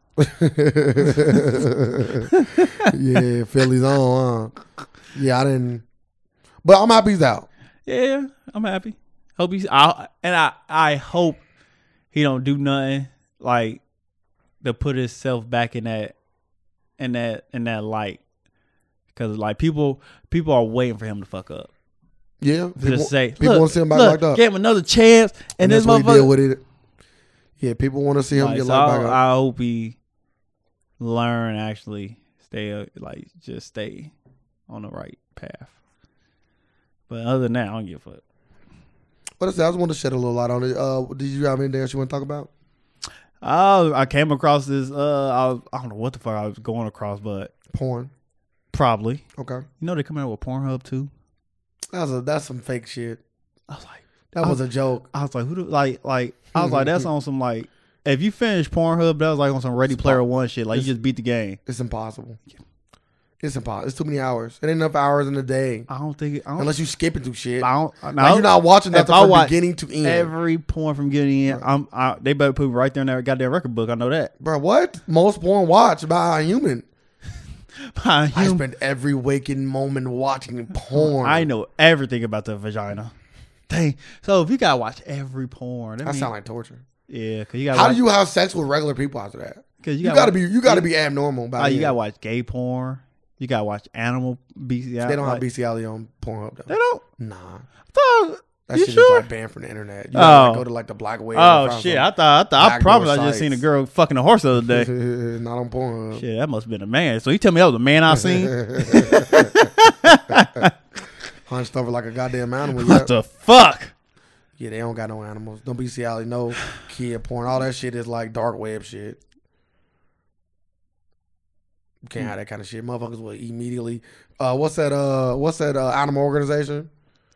[SPEAKER 2] yeah, Philly's on. Huh? Yeah, I didn't. But I'm happy he's out.
[SPEAKER 1] Yeah, I'm happy. Hope he's I and I I hope he don't do nothing like to put himself back in that in that in that light. Cause like people people are waiting for him to fuck up.
[SPEAKER 2] Yeah, people,
[SPEAKER 1] Just say
[SPEAKER 2] people
[SPEAKER 1] look,
[SPEAKER 2] want to see him back
[SPEAKER 1] look,
[SPEAKER 2] locked up,
[SPEAKER 1] Give him another chance and,
[SPEAKER 2] and
[SPEAKER 1] this
[SPEAKER 2] that's what he did
[SPEAKER 1] motherfucker.
[SPEAKER 2] with it. Yeah, people want to see him
[SPEAKER 1] Like,
[SPEAKER 2] get
[SPEAKER 1] so
[SPEAKER 2] locked back up.
[SPEAKER 1] I, I hope he learn actually stay uh, like just stay on the right path. But other than that, I don't give a fuck.
[SPEAKER 2] But I, said, I just want to shed a little light on it. Uh, did you have anything else you want to talk about?
[SPEAKER 1] Oh, I came across this. Uh, I, was- I don't know what the fuck I was going across, but
[SPEAKER 2] Porn.
[SPEAKER 1] probably.
[SPEAKER 2] Okay,
[SPEAKER 1] You know they coming out with Pornhub too.
[SPEAKER 2] that's a, that's some fake shit.
[SPEAKER 1] I was like,
[SPEAKER 2] That was a joke.
[SPEAKER 1] I was like, who? Do, like, like I was like, that's on some like. If you finish Pornhub, that was like on some Ready Player One shit. Like you just beat the game.
[SPEAKER 2] It's impossible. It's impossible. It's too many hours. It ain't enough hours in the day
[SPEAKER 1] I don't think. I don't.
[SPEAKER 2] unless you skipping through shit.
[SPEAKER 1] I don't. no,
[SPEAKER 2] Like, you're not watching that
[SPEAKER 1] If I
[SPEAKER 2] from
[SPEAKER 1] watch
[SPEAKER 2] beginning to end.
[SPEAKER 1] every porn from getting in. I'm. I, they better put me right there in that goddamn record book. I know that. <laughs>
[SPEAKER 2] Bro, what? Most porn watched by a human.
[SPEAKER 1] I,
[SPEAKER 2] I spend every waking moment watching porn.
[SPEAKER 1] I know everything about the vagina. Dang. So if you gotta watch every porn, that
[SPEAKER 2] That
[SPEAKER 1] mean-
[SPEAKER 2] sound like torture.
[SPEAKER 1] yeah. Cause you gotta.
[SPEAKER 2] How
[SPEAKER 1] watch,
[SPEAKER 2] do you have sex with regular people after that?
[SPEAKER 1] Cause
[SPEAKER 2] You gotta be you gotta be abnormal
[SPEAKER 1] Oh,
[SPEAKER 2] about
[SPEAKER 1] you
[SPEAKER 2] it.
[SPEAKER 1] gotta watch gay porn. You gotta watch animal BCI.
[SPEAKER 2] They don't
[SPEAKER 1] like,
[SPEAKER 2] have bestiality E on Pornhub though.
[SPEAKER 1] They don't.
[SPEAKER 2] Nah.
[SPEAKER 1] I thought,
[SPEAKER 2] That
[SPEAKER 1] you
[SPEAKER 2] shit
[SPEAKER 1] sure?
[SPEAKER 2] is like banned from the internet. You gotta like,
[SPEAKER 1] Oh.
[SPEAKER 2] go to like the black web. and
[SPEAKER 1] oh
[SPEAKER 2] find
[SPEAKER 1] shit!
[SPEAKER 2] some-
[SPEAKER 1] I thought I thought I
[SPEAKER 2] backdoor
[SPEAKER 1] probably I just
[SPEAKER 2] sites.
[SPEAKER 1] seen a girl fucking a horse the other
[SPEAKER 2] <laughs>
[SPEAKER 1] day.
[SPEAKER 2] Not on Pornhub.
[SPEAKER 1] shit, that must have been a man. So you tell me that was a man I
[SPEAKER 2] <laughs>
[SPEAKER 1] seen?
[SPEAKER 2] Hunched over like a goddamn animal. yeah.
[SPEAKER 1] <laughs> what the fuck?
[SPEAKER 2] Yeah, they don't got no animals. No bestiality, no kid porn. All that shit is like dark web shit. You can't have that kind of shit. Motherfuckers will immediately uh what's that uh what's that uh animal organization?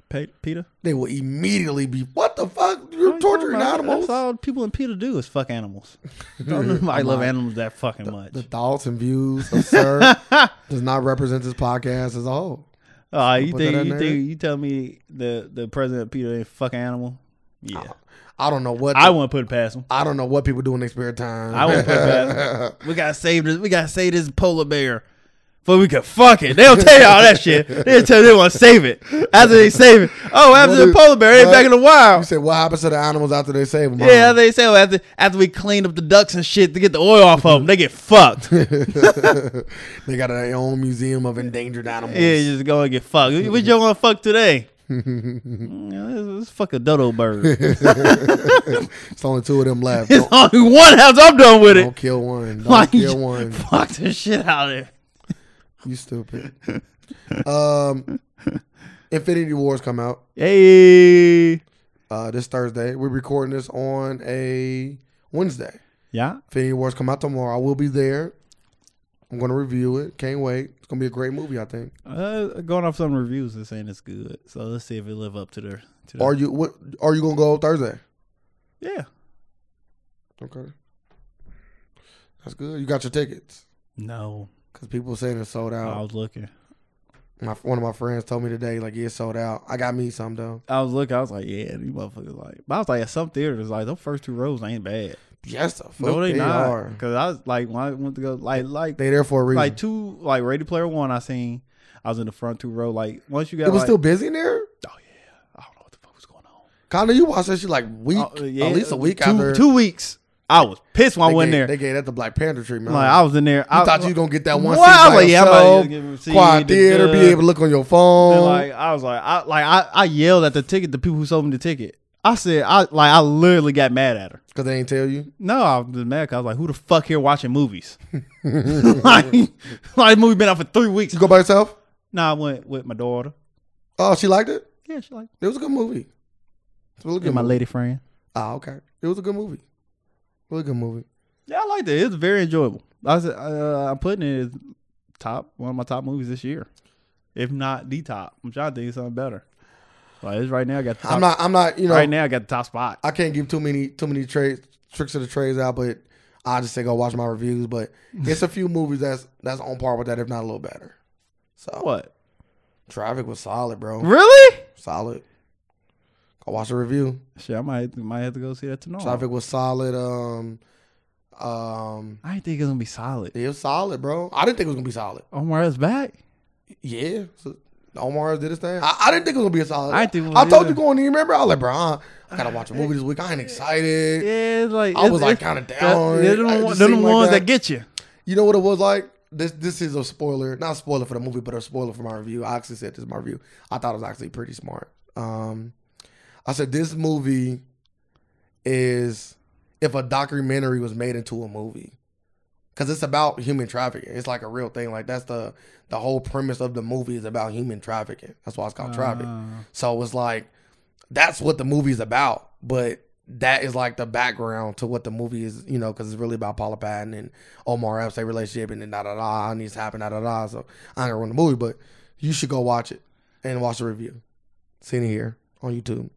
[SPEAKER 1] Pe- Peter,
[SPEAKER 2] They will immediately be what the fuck?
[SPEAKER 1] What
[SPEAKER 2] You're
[SPEAKER 1] you talking
[SPEAKER 2] torturing
[SPEAKER 1] about?
[SPEAKER 2] animals.
[SPEAKER 1] That's all people in Peter do is fuck
[SPEAKER 2] <laughs>
[SPEAKER 1] animals. Don't nobody love animals that fucking much.
[SPEAKER 2] The thoughts and views
[SPEAKER 1] <laughs>
[SPEAKER 2] of Sir does not represent this podcast as a whole.
[SPEAKER 1] Uh, you
[SPEAKER 2] put that
[SPEAKER 1] think
[SPEAKER 2] in
[SPEAKER 1] you
[SPEAKER 2] there?
[SPEAKER 1] think you tell me the the president of Peter ain't fucking animal? Yeah,
[SPEAKER 2] Oh. I don't know what
[SPEAKER 1] I wouldn't put it past him.
[SPEAKER 2] I don't know what people do in their spare time.
[SPEAKER 1] I wouldn't put it past
[SPEAKER 2] <laughs>
[SPEAKER 1] him. We gotta save this. We gotta save this polar bear. But we could fuck it. They don't tell you all that shit. They just tell you they want to save it. After they save it, oh, after the
[SPEAKER 2] What is-
[SPEAKER 1] polar bear, they
[SPEAKER 2] what?
[SPEAKER 1] back in the
[SPEAKER 2] <laughs> You
[SPEAKER 1] wild.
[SPEAKER 2] said what happens to the animals after they save them?
[SPEAKER 1] Yeah, they say well, after after we clean up the ducks and shit to get the oil off of them, they get fucked.
[SPEAKER 2] they got their own museum of endangered animals.
[SPEAKER 1] Yeah, you just go and get fucked. What you want to fuck
[SPEAKER 2] <laughs>
[SPEAKER 1] today? Mm, let's, let's fuck a dodo bird.
[SPEAKER 2] It's only two of them
[SPEAKER 1] <laughs>
[SPEAKER 2] left.
[SPEAKER 1] It's
[SPEAKER 2] Don't,
[SPEAKER 1] only one house. I'm done with it.
[SPEAKER 2] don't kill one. Don't
[SPEAKER 1] Like,
[SPEAKER 2] kill Oh,
[SPEAKER 1] <laughs>
[SPEAKER 2] one.
[SPEAKER 1] Fuck the shit out of it.
[SPEAKER 2] You stupid. Um, Infinity Wars come out
[SPEAKER 1] Hey.
[SPEAKER 2] uh, this Thursday. We're recording this on a Wednesday.
[SPEAKER 1] Yeah.
[SPEAKER 2] Infinity Wars come out tomorrow. I will be there. I'm gonna review it. Can't wait. It's gonna be a great movie. I think.
[SPEAKER 1] Uh, going off some reviews, they're saying it's good. So let's see if it live up to their. To their
[SPEAKER 2] Are you what? Are you gonna go Thursday?
[SPEAKER 1] yeah.
[SPEAKER 2] Okay. That's good. You got your tickets
[SPEAKER 1] No,
[SPEAKER 2] because people saying it's sold
[SPEAKER 1] I
[SPEAKER 2] out.
[SPEAKER 1] was looking.
[SPEAKER 2] My one of my friends told me today, like, yeah, it's sold out. I got me some though.
[SPEAKER 1] I was looking. I was like, yeah, these motherfuckers like. But I was like, at some theaters, like those first two rows ain't bad.
[SPEAKER 2] Yes, the fuck
[SPEAKER 1] no, they,
[SPEAKER 2] they,
[SPEAKER 1] not.
[SPEAKER 2] are.
[SPEAKER 1] Because I was like, when I went to go, like, like
[SPEAKER 2] They there for a reason.
[SPEAKER 1] like two like Ready Player One. I seen I was in the front two row. Like once you got
[SPEAKER 2] it was
[SPEAKER 1] like,
[SPEAKER 2] still busy in there.
[SPEAKER 1] oh yeah, I don't know what the fuck was going on.
[SPEAKER 2] Connor, you watched that shit like week,
[SPEAKER 1] Oh, yeah,
[SPEAKER 2] at least a week
[SPEAKER 1] two,
[SPEAKER 2] after.
[SPEAKER 1] two weeks. I was pissed when
[SPEAKER 2] they
[SPEAKER 1] I went
[SPEAKER 2] gave,
[SPEAKER 1] there.
[SPEAKER 2] They gave that the Black Panther treatment.
[SPEAKER 1] like
[SPEAKER 2] huh?
[SPEAKER 1] I was in there.
[SPEAKER 2] you
[SPEAKER 1] I
[SPEAKER 2] thought you gonna get that one
[SPEAKER 1] Well, I
[SPEAKER 2] seat
[SPEAKER 1] was
[SPEAKER 2] by
[SPEAKER 1] like, yeah, I'm about to
[SPEAKER 2] yourself,
[SPEAKER 1] give 'em a seat,
[SPEAKER 2] quiet
[SPEAKER 1] the
[SPEAKER 2] theater, be
[SPEAKER 1] good.
[SPEAKER 2] able to look on your phone.
[SPEAKER 1] And, like I was like I like I, I yelled at the ticket the people who sold me the ticket. I said I like I literally got mad at her.
[SPEAKER 2] Cause they ain't tell you.
[SPEAKER 1] No, I was mad. 'cause I was like, who the fuck here watching movies? <laughs> like, <laughs> like movie been out for three weeks.
[SPEAKER 2] You go by yourself?
[SPEAKER 1] Nah, I went with my daughter.
[SPEAKER 2] Oh, she liked it.
[SPEAKER 1] Yeah, she like
[SPEAKER 2] It was a good movie. It's a really good.
[SPEAKER 1] and my
[SPEAKER 2] movie.
[SPEAKER 1] lady friend.
[SPEAKER 2] Ah, okay. It was a good movie. Really good movie.
[SPEAKER 1] Yeah, I liked it. It's very enjoyable. I said uh, I'm putting it as top one of my top movies this year, if not the top. I'm trying to think of something better. Like it's right now. I got the top,
[SPEAKER 2] I'm not. I'm not. You know.
[SPEAKER 1] right now. I got the top spot.
[SPEAKER 2] I can't give too many too many trades tricks of the trades out, but I just say go watch my
[SPEAKER 1] <laughs>
[SPEAKER 2] reviews. But it's a few movies that's that's on par with that, if not a little better. So
[SPEAKER 1] What?
[SPEAKER 2] Traffic was solid, bro.
[SPEAKER 1] Really?
[SPEAKER 2] Solid. Go watch the review.
[SPEAKER 1] Shit, I might might have to go see that tomorrow.
[SPEAKER 2] Traffic was solid. Um, um,
[SPEAKER 1] I didn't think it was gonna be solid.
[SPEAKER 2] it was solid, bro. I didn't think it was gonna be solid.
[SPEAKER 1] Omar is back.
[SPEAKER 2] Yeah. So Omar did his thing. I, I didn't think it was gonna be a solid.
[SPEAKER 1] I didn't think it was
[SPEAKER 2] I told
[SPEAKER 1] either.
[SPEAKER 2] you going in. Remember, I was like, bro, I I gotta watch a movie this week.
[SPEAKER 1] <laughs>
[SPEAKER 2] I ain't excited.
[SPEAKER 1] Yeah, it's like
[SPEAKER 2] I was like
[SPEAKER 1] it's-
[SPEAKER 2] kind of
[SPEAKER 1] that-
[SPEAKER 2] down.
[SPEAKER 1] They're the,
[SPEAKER 2] It
[SPEAKER 1] one-
[SPEAKER 2] just
[SPEAKER 1] they're the
[SPEAKER 2] seemed like
[SPEAKER 1] ones that. get you.
[SPEAKER 2] You know what it was like? This this is a spoiler, not a spoiler for the movie, but a spoiler for my review. I actually said this in my review. I thought it was actually pretty smart. Um, I said this movie is if a documentary was made into a movie, because it's about human trafficking. It's like a real thing. Like that's the the whole premise of the movie is about human trafficking. That's why it's
[SPEAKER 1] Ah.
[SPEAKER 2] called trafficking.
[SPEAKER 1] Uh,
[SPEAKER 2] So it's like that's what the movie's about, but that is like the background to what the movie is, you know, because it's really about Paula Patton and Omar Epps' their relationship and then da da da and these happen da da da. So I ain't gonna run the movie, but you should go watch it and watch the review. Seen it here on YouTube.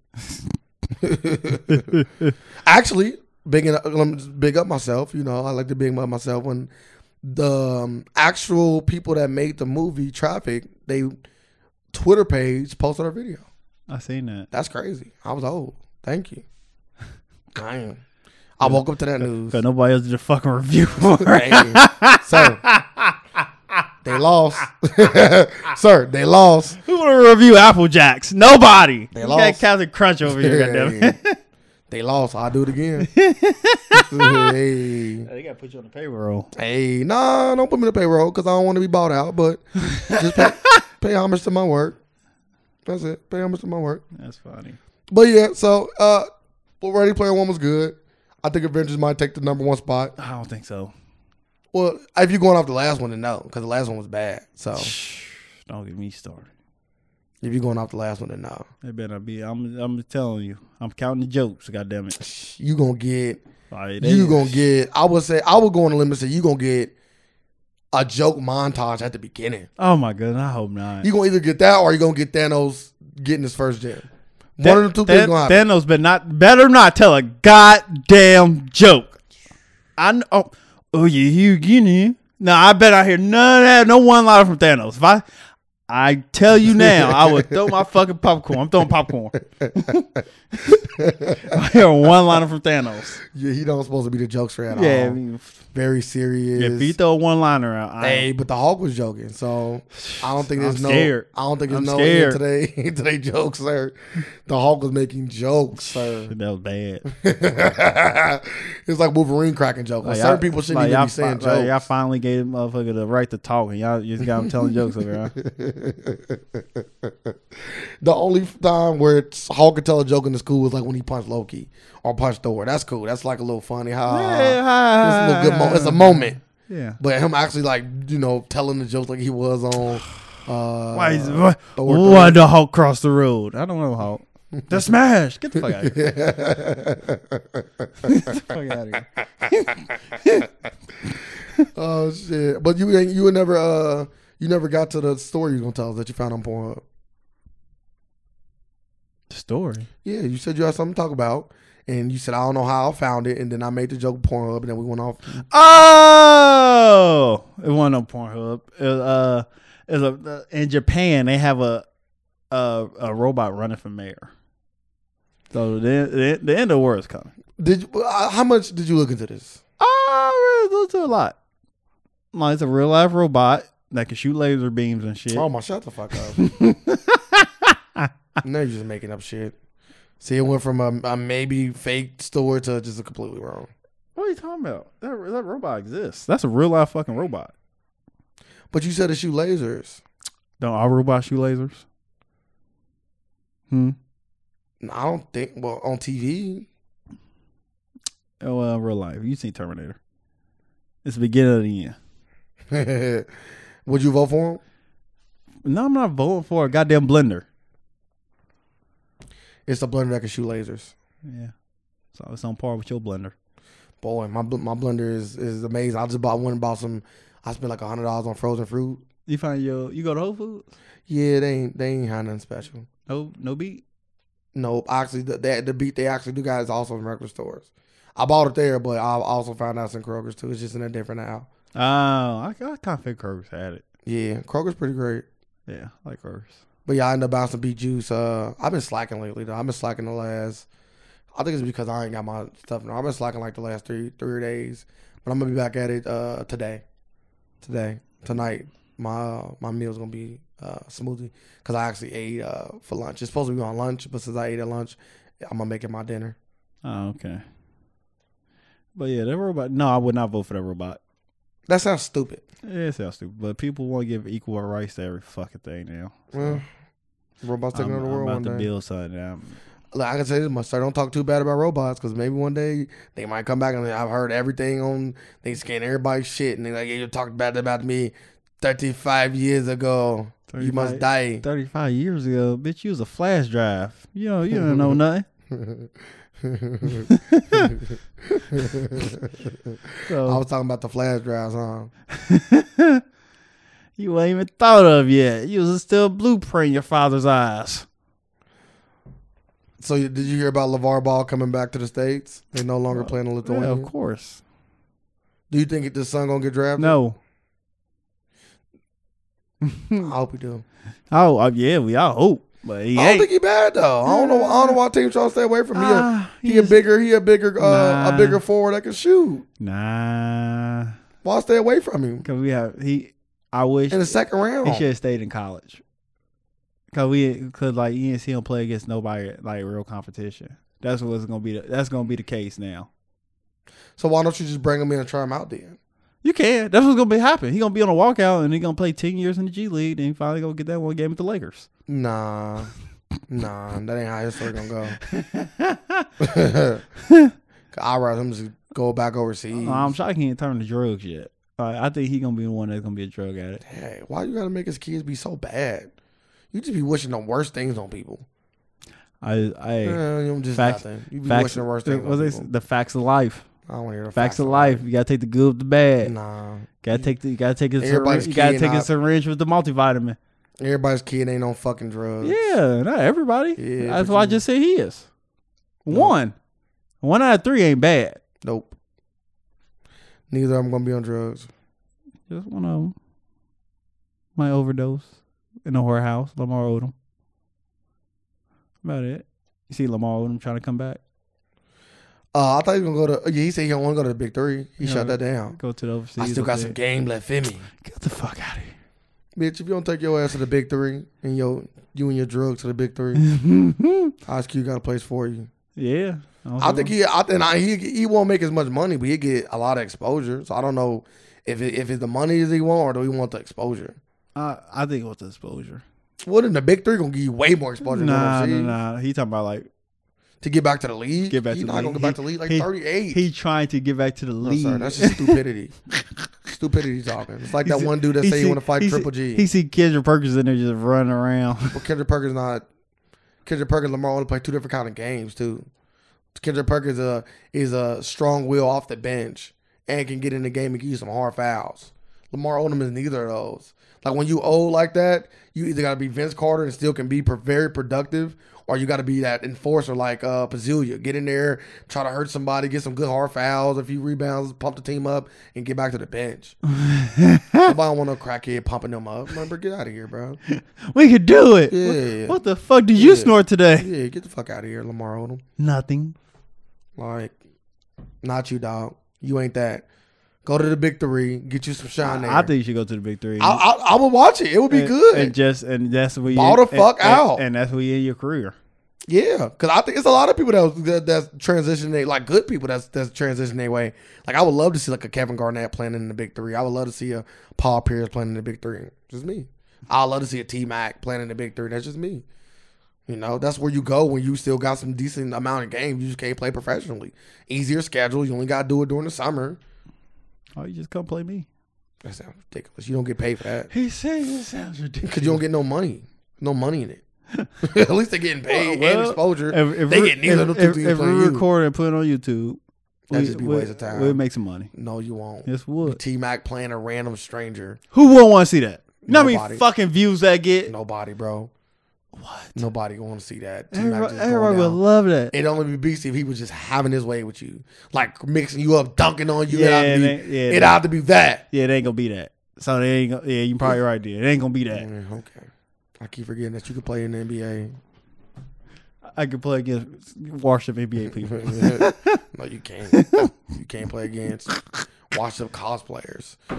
[SPEAKER 2] Actually, big up, let me just big up myself. You know, I like to big up myself when the um, actual people that made the movie Traffic, they Twitter page posted our video.
[SPEAKER 1] I seen that.
[SPEAKER 2] That's crazy. I was old. Thank you. Damn. I woke up to that news.
[SPEAKER 1] Cause nobody else did a fucking review <laughs> for it.
[SPEAKER 2] Damn. Sir. They lost. <laughs> Sir, they lost.
[SPEAKER 1] Who want to review Apple Jacks? Nobody. They
[SPEAKER 2] lost.
[SPEAKER 1] Got Captain Crunch over here. goddamn it. <laughs>
[SPEAKER 2] They lost. I'll do it again. hey.
[SPEAKER 1] They got to put you on the payroll.
[SPEAKER 2] Hey, nah, don't put me in the payroll because I don't want to be bought out, but just pay, pay homage to my work. That's it. Pay homage to my work.
[SPEAKER 1] That's funny.
[SPEAKER 2] But yeah, so uh well, Ready Player One was good. I think Avengers might take the number one spot.
[SPEAKER 1] I don't think so.
[SPEAKER 2] Well, if you're going off the last one, then no, because the last one was bad. So
[SPEAKER 1] <sighs> Don't get me started.
[SPEAKER 2] if you're going off the last one, then no.
[SPEAKER 1] It better be. I'm. I'm telling you. I'm counting the jokes. God damn it.
[SPEAKER 2] You gonna get
[SPEAKER 1] Like, they-
[SPEAKER 2] you gonna get I would say I would go on the limit and say you gonna get a joke montage at the beginning.
[SPEAKER 1] Oh my goodness. I hope not.
[SPEAKER 2] You gonna either get that or you gonna get Thanos getting his first gem. One of the two things
[SPEAKER 1] Than-
[SPEAKER 2] gonna happen.
[SPEAKER 1] Thanos, but not better not tell a goddamn joke. I know. Oh, oh yeah, you Guinea. No, I bet I hear none of that. No one line from Thanos. If I, I tell you now, I would throw my fucking popcorn. I'm throwing popcorn. <laughs> I hear one liner from Thanos.
[SPEAKER 2] Yeah, he don't supposed to be the jokester
[SPEAKER 1] <laughs>
[SPEAKER 2] at
[SPEAKER 1] Yeah, I
[SPEAKER 2] all.
[SPEAKER 1] mean,
[SPEAKER 2] Very serious.
[SPEAKER 1] if you throw one liner out, I,
[SPEAKER 2] Hey, but the Hulk was joking, so I don't think
[SPEAKER 1] I'm
[SPEAKER 2] there's no.
[SPEAKER 1] scared.
[SPEAKER 2] I don't think there's
[SPEAKER 1] I'm
[SPEAKER 2] no
[SPEAKER 1] scared.
[SPEAKER 2] end <laughs> today. Today jokes, sir. The Hulk was making jokes, sir.
[SPEAKER 1] that was
[SPEAKER 2] <laughs>
[SPEAKER 1] bad.
[SPEAKER 2] it's like Wolverine cracking jokes. Like, certain
[SPEAKER 1] y'all-
[SPEAKER 2] people shouldn't
[SPEAKER 1] like,
[SPEAKER 2] even
[SPEAKER 1] y'all
[SPEAKER 2] be saying
[SPEAKER 1] fi- like, y'all
[SPEAKER 2] jokes.
[SPEAKER 1] finally gave the motherfucker the right to talk, and y'all just got him telling jokes over there.
[SPEAKER 2] the only time where it's Hulk could tell a joke in the school was like when he punched Loki or punched Thor. That's cool. That's like a little funny. Ha, ha, ha.
[SPEAKER 1] Yeah, ha,
[SPEAKER 2] It's a little good
[SPEAKER 1] ha,
[SPEAKER 2] mo- uh,
[SPEAKER 1] ha.
[SPEAKER 2] It's a moment.
[SPEAKER 1] Yeah.
[SPEAKER 2] But him actually like you know telling the jokes like he was on.
[SPEAKER 1] <sighs>
[SPEAKER 2] Uh,
[SPEAKER 1] Why is why,
[SPEAKER 2] Thor
[SPEAKER 1] why the Hulk crossed the road? I don't know Hulk. The smash. Get the fuck
[SPEAKER 2] <laughs>
[SPEAKER 1] out of here. Get the fuck out of here.
[SPEAKER 2] Oh shit! But you ain't you would never uh you never got to the story you gonna tell us that you found on Pornhub.
[SPEAKER 1] The story.
[SPEAKER 2] Yeah, you said you had something to talk about, and you said I don't know how I found it, and then I made the joke Pornhub, and then we went off.
[SPEAKER 1] Oh, it wasn't on Pornhub. It was, uh, it was a, uh, in Japan they have a, a a robot running for mayor. So the the, the end of the war is coming.
[SPEAKER 2] Did you, uh, how much did you look into this?
[SPEAKER 1] Oh, really, it's a lot. Like it's a real life robot that can shoot laser beams and shit.
[SPEAKER 2] Oh my, shut the fuck up! <laughs> now you're just making up shit. See, it went from a, a maybe fake story to just a completely wrong.
[SPEAKER 1] What are you talking about? That that robot exists. That's a real life fucking robot.
[SPEAKER 2] But you said to shoot lasers.
[SPEAKER 1] Don't all robots shoot lasers? Hmm.
[SPEAKER 2] I don't think. Well, on TV,
[SPEAKER 1] Oh well, real life. You seen Terminator? It's the beginning of the end.
[SPEAKER 2] <laughs> would you vote for him?
[SPEAKER 1] No, I'm not voting for a goddamn blender.
[SPEAKER 2] It's the blender that can shoot lasers.
[SPEAKER 1] Yeah. So it's on par with your blender.
[SPEAKER 2] Boy, my bl- my blender is is amazing. I just bought one. Bought some. I spent like a hundred dollars on frozen fruit.
[SPEAKER 1] You find your you go to Whole Foods?
[SPEAKER 2] Yeah, they ain't they ain't had nothing special.
[SPEAKER 1] No no beat?
[SPEAKER 2] Nope. Actually, the, that the beat they actually do guys also in record stores. I bought it there, but I also found out it's in Kroger's too. It's just in a different aisle.
[SPEAKER 1] Oh, I, I kind of think Kroger's had it.
[SPEAKER 2] Yeah, Kroger's pretty great.
[SPEAKER 1] Yeah, I like Kroger's.
[SPEAKER 2] But yeah, I end up buying some beet juice. Uh, I've been slacking lately though. I've been slacking the last. I think it's because I ain't got my stuff. Now. I've been slacking like the last three three days, but I'm gonna be back at it uh today, today tonight. My uh, my meal's gonna be uh smoothie because I actually ate uh for lunch. It's supposed to be on lunch, but since I ate at lunch, I'm gonna make it my dinner.
[SPEAKER 1] Oh, okay. But yeah, that robot no, I would not vote for that robot.
[SPEAKER 2] That sounds stupid.
[SPEAKER 1] Yeah, it sounds stupid. But people want to give equal rights to every fucking thing now.
[SPEAKER 2] Well, robots taking
[SPEAKER 1] I'm,
[SPEAKER 2] over the
[SPEAKER 1] I'm
[SPEAKER 2] world one
[SPEAKER 1] about to
[SPEAKER 2] day.
[SPEAKER 1] build something. now.
[SPEAKER 2] Look, I can say this much, sir. Don't talk too bad about robots because maybe one day they might come back and I've heard everything on. They scan everybody's shit and they're like, yeah, you talked bad about me 35 years ago. You must
[SPEAKER 1] 35
[SPEAKER 2] die.
[SPEAKER 1] 35 years ago, bitch, you was a flash drive. You know, you don't
[SPEAKER 2] <laughs>
[SPEAKER 1] know nothing. <laughs>
[SPEAKER 2] I
[SPEAKER 1] So
[SPEAKER 2] was talking about the flash drives, huh?
[SPEAKER 1] <laughs> you ain't even thought of yet. You was still a blueprint in your father's eyes.
[SPEAKER 2] So, you, did you hear about LeVar Ball coming back to the States? They no
[SPEAKER 1] Uh,
[SPEAKER 2] longer playing in
[SPEAKER 1] Yeah,
[SPEAKER 2] Lithuania.
[SPEAKER 1] of course.
[SPEAKER 2] Do you think the son going to get drafted?
[SPEAKER 1] No.
[SPEAKER 2] I hope he do.
[SPEAKER 1] Oh, uh, yeah, we all hope. But he
[SPEAKER 2] I don't
[SPEAKER 1] ain't.
[SPEAKER 2] think he bad, though. I don't know, I don't know why teams trying to stay away from him. He a-
[SPEAKER 1] Ah,
[SPEAKER 2] He a
[SPEAKER 1] he's-
[SPEAKER 2] bigger, he a bigger, uh, a
[SPEAKER 1] Nah.
[SPEAKER 2] bigger forward that can shoot.
[SPEAKER 1] Nah.
[SPEAKER 2] Why stay away from him
[SPEAKER 1] Because we have, he, I wish
[SPEAKER 2] in the second round?
[SPEAKER 1] he should have stayed in college. Because we, because like, you didn't see him play against nobody, like, real competition. That's what's going to be, the, that's going to be the case now.
[SPEAKER 2] So why don't you just bring him in and try him out then?
[SPEAKER 1] You can. That's what's going to be happen. He going to be on a walkout and he going to play 10 years in the G League and he finally going to get that one game with the
[SPEAKER 2] <laughs>
[SPEAKER 1] Lakers.
[SPEAKER 2] Nah, nah, that ain't how his story gonna go.
[SPEAKER 1] <laughs>
[SPEAKER 2] I'd rather him just go back overseas.
[SPEAKER 1] Uh, I'm shocked he ain't turned to drugs yet. Uh, I think he going to be the one that's going to be a drug addict.
[SPEAKER 2] hey, why you gotta make his kids be so bad? You just be wishing the worst things on people.
[SPEAKER 1] I, I,
[SPEAKER 2] Eh, you do just
[SPEAKER 1] facts-
[SPEAKER 2] nothing. You be
[SPEAKER 1] Facts-
[SPEAKER 2] wishing the worst
[SPEAKER 1] the-
[SPEAKER 2] things
[SPEAKER 1] what
[SPEAKER 2] on
[SPEAKER 1] they
[SPEAKER 2] people.
[SPEAKER 1] say? the facts of life.
[SPEAKER 2] I don't want to hear the
[SPEAKER 1] Facts, of life. You gotta take the good with the bad.
[SPEAKER 2] Nah,
[SPEAKER 1] Gotta take the you gotta take a
[SPEAKER 2] Everybody's
[SPEAKER 1] syringe. You gotta
[SPEAKER 2] kid
[SPEAKER 1] take a
[SPEAKER 2] not-
[SPEAKER 1] syringe with the multivitamin.
[SPEAKER 2] everybody's kid ain't on fucking drugs.
[SPEAKER 1] Yeah, not everybody.
[SPEAKER 2] Yeah,
[SPEAKER 1] That's
[SPEAKER 2] but
[SPEAKER 1] why I
[SPEAKER 2] you-
[SPEAKER 1] just said he is.
[SPEAKER 2] No.
[SPEAKER 1] One. One out of three ain't bad.
[SPEAKER 2] Nope. Neither of them gonna be on drugs.
[SPEAKER 1] Just one of them. My overdose. in the whorehouse. Lamar Odom. About it. You see Lamar Odom trying to come back.
[SPEAKER 2] Uh, I thought he was gonna go to. Yeah, he said he don't want to go to the big three. He
[SPEAKER 1] Yeah.
[SPEAKER 2] shut that down.
[SPEAKER 1] Go to the overseas.
[SPEAKER 2] I still
[SPEAKER 1] up
[SPEAKER 2] got
[SPEAKER 1] there.
[SPEAKER 2] some game left in me,
[SPEAKER 1] Get the fuck out of here.
[SPEAKER 2] bitch. If you don't take your ass to the big three and your you and your drugs to the big three, <laughs> Ice Cube got a place for you.
[SPEAKER 1] yeah. don't
[SPEAKER 2] I
[SPEAKER 1] see
[SPEAKER 2] think
[SPEAKER 1] why-
[SPEAKER 2] he, I think I, he, he won't make as much money, but he get a lot of exposure. So I don't know if it, if it's the money that he want or do he want the exposure.
[SPEAKER 1] I, I think it was exposure.
[SPEAKER 2] What in the big three gonna give you way more exposure? than
[SPEAKER 1] Nah, nah,
[SPEAKER 2] overseas
[SPEAKER 1] nah. He talking about like
[SPEAKER 2] To get back to the league,
[SPEAKER 1] Get back
[SPEAKER 2] He
[SPEAKER 1] to the
[SPEAKER 2] not
[SPEAKER 1] league.
[SPEAKER 2] gonna get back to the league like
[SPEAKER 1] He-
[SPEAKER 2] thirty eight.
[SPEAKER 1] he trying to get back to the
[SPEAKER 2] No,
[SPEAKER 1] league.
[SPEAKER 2] sir, Oh, that's just <laughs> stupidity. stupidity talking. It's like that
[SPEAKER 1] He's-
[SPEAKER 2] one dude that
[SPEAKER 1] he
[SPEAKER 2] say he
[SPEAKER 1] see-
[SPEAKER 2] want to fight
[SPEAKER 1] he see-
[SPEAKER 2] Triple G.
[SPEAKER 1] He see Kendrick Perkins in there just running around. <laughs>
[SPEAKER 2] But Kendrick Perkins not Kendrick Perkins Lamar only play two different kind of games too. Kendrick Perkins uh, is a strong will off the bench and can get in the game and give you some hard fouls. Lamar Odom is neither of those. Like when you old like that, you either got to be Vince Carter and still can be pro- very productive, or you got to be that enforcer like uh, Pazilia. Get in there, try to hurt somebody, get some good hard fouls, a few rebounds, pump the team up, and get back to the bench. Nobody want no crackhead pumping them up. Remember, get out of here, bro.
[SPEAKER 1] we could do it.
[SPEAKER 2] Yeah,
[SPEAKER 1] What-
[SPEAKER 2] yeah.
[SPEAKER 1] What, the fuck did you
[SPEAKER 2] Yeah.
[SPEAKER 1] snort today?
[SPEAKER 2] Yeah, get the fuck out of here, Lamar Odom.
[SPEAKER 1] Nothing.
[SPEAKER 2] Like, not you, dog. You ain't that. Go to the big three. Get you some shine there.
[SPEAKER 1] I think you should go to the big three.
[SPEAKER 2] I, I, I would watch it. It would be
[SPEAKER 1] and,
[SPEAKER 2] good.
[SPEAKER 1] And just and that's where you
[SPEAKER 2] Ball the
[SPEAKER 1] and-
[SPEAKER 2] fuck
[SPEAKER 1] and-
[SPEAKER 2] out.
[SPEAKER 1] And that's where you end your career.
[SPEAKER 2] yeah, because I think it's a lot of people that, was- that that's transitioning. they- Like good people that's that's transitioning their way. Like I would love to see like a Kevin Garnett playing in the big three. I would love to see a Paul Pierce playing in the big three. Just me. I would love to see a T Mac playing in the big three. That's just me. You know, that's where you go when you still got some decent amount of games. You just can't play professionally. Easier schedule. You only got to do it during the summer.
[SPEAKER 1] Oh, you just come play me.
[SPEAKER 2] That sounds ridiculous. You don't get paid for that
[SPEAKER 1] He says it sounds ridiculous.
[SPEAKER 2] because you don't get no money, no money in it. <laughs> At least they're getting paid
[SPEAKER 1] Well,
[SPEAKER 2] and exposure.
[SPEAKER 1] If, if
[SPEAKER 2] They
[SPEAKER 1] we-
[SPEAKER 2] get neither
[SPEAKER 1] if,
[SPEAKER 2] of them two
[SPEAKER 1] if-
[SPEAKER 2] teams
[SPEAKER 1] if we
[SPEAKER 2] playing you.
[SPEAKER 1] record and put it on YouTube,
[SPEAKER 2] That'd
[SPEAKER 1] we-
[SPEAKER 2] just be a
[SPEAKER 1] we-
[SPEAKER 2] waste of time.
[SPEAKER 1] We'll make some money.
[SPEAKER 2] no, you won't.
[SPEAKER 1] Yes, would.
[SPEAKER 2] T Mac playing a random stranger.
[SPEAKER 1] Who won't want to see that? You know how
[SPEAKER 2] Nobody.
[SPEAKER 1] many fucking views that get?
[SPEAKER 2] Nobody, bro.
[SPEAKER 1] What?
[SPEAKER 2] Nobody want to see that. T-Mac
[SPEAKER 1] Everybody,
[SPEAKER 2] just
[SPEAKER 1] everybody
[SPEAKER 2] going
[SPEAKER 1] would
[SPEAKER 2] down.
[SPEAKER 1] love that.
[SPEAKER 2] It'd only be beast if he was just having his way with you, like mixing you up, dunking on you.
[SPEAKER 1] Yeah,
[SPEAKER 2] it'd have to
[SPEAKER 1] man.
[SPEAKER 2] be,
[SPEAKER 1] Yeah,
[SPEAKER 2] it'd
[SPEAKER 1] man.
[SPEAKER 2] have to be that.
[SPEAKER 1] Yeah, it ain't gonna be that. So they ain't. Gonna, yeah, you probably right there. It ain't gonna be that.
[SPEAKER 2] Mm, okay, I keep forgetting that you can play in the
[SPEAKER 1] <laughs>
[SPEAKER 2] NBA.
[SPEAKER 1] I could play against Washington NBA
[SPEAKER 2] <laughs>
[SPEAKER 1] people.
[SPEAKER 2] no, you can't. You can't play against washed up cosplayers.
[SPEAKER 1] Them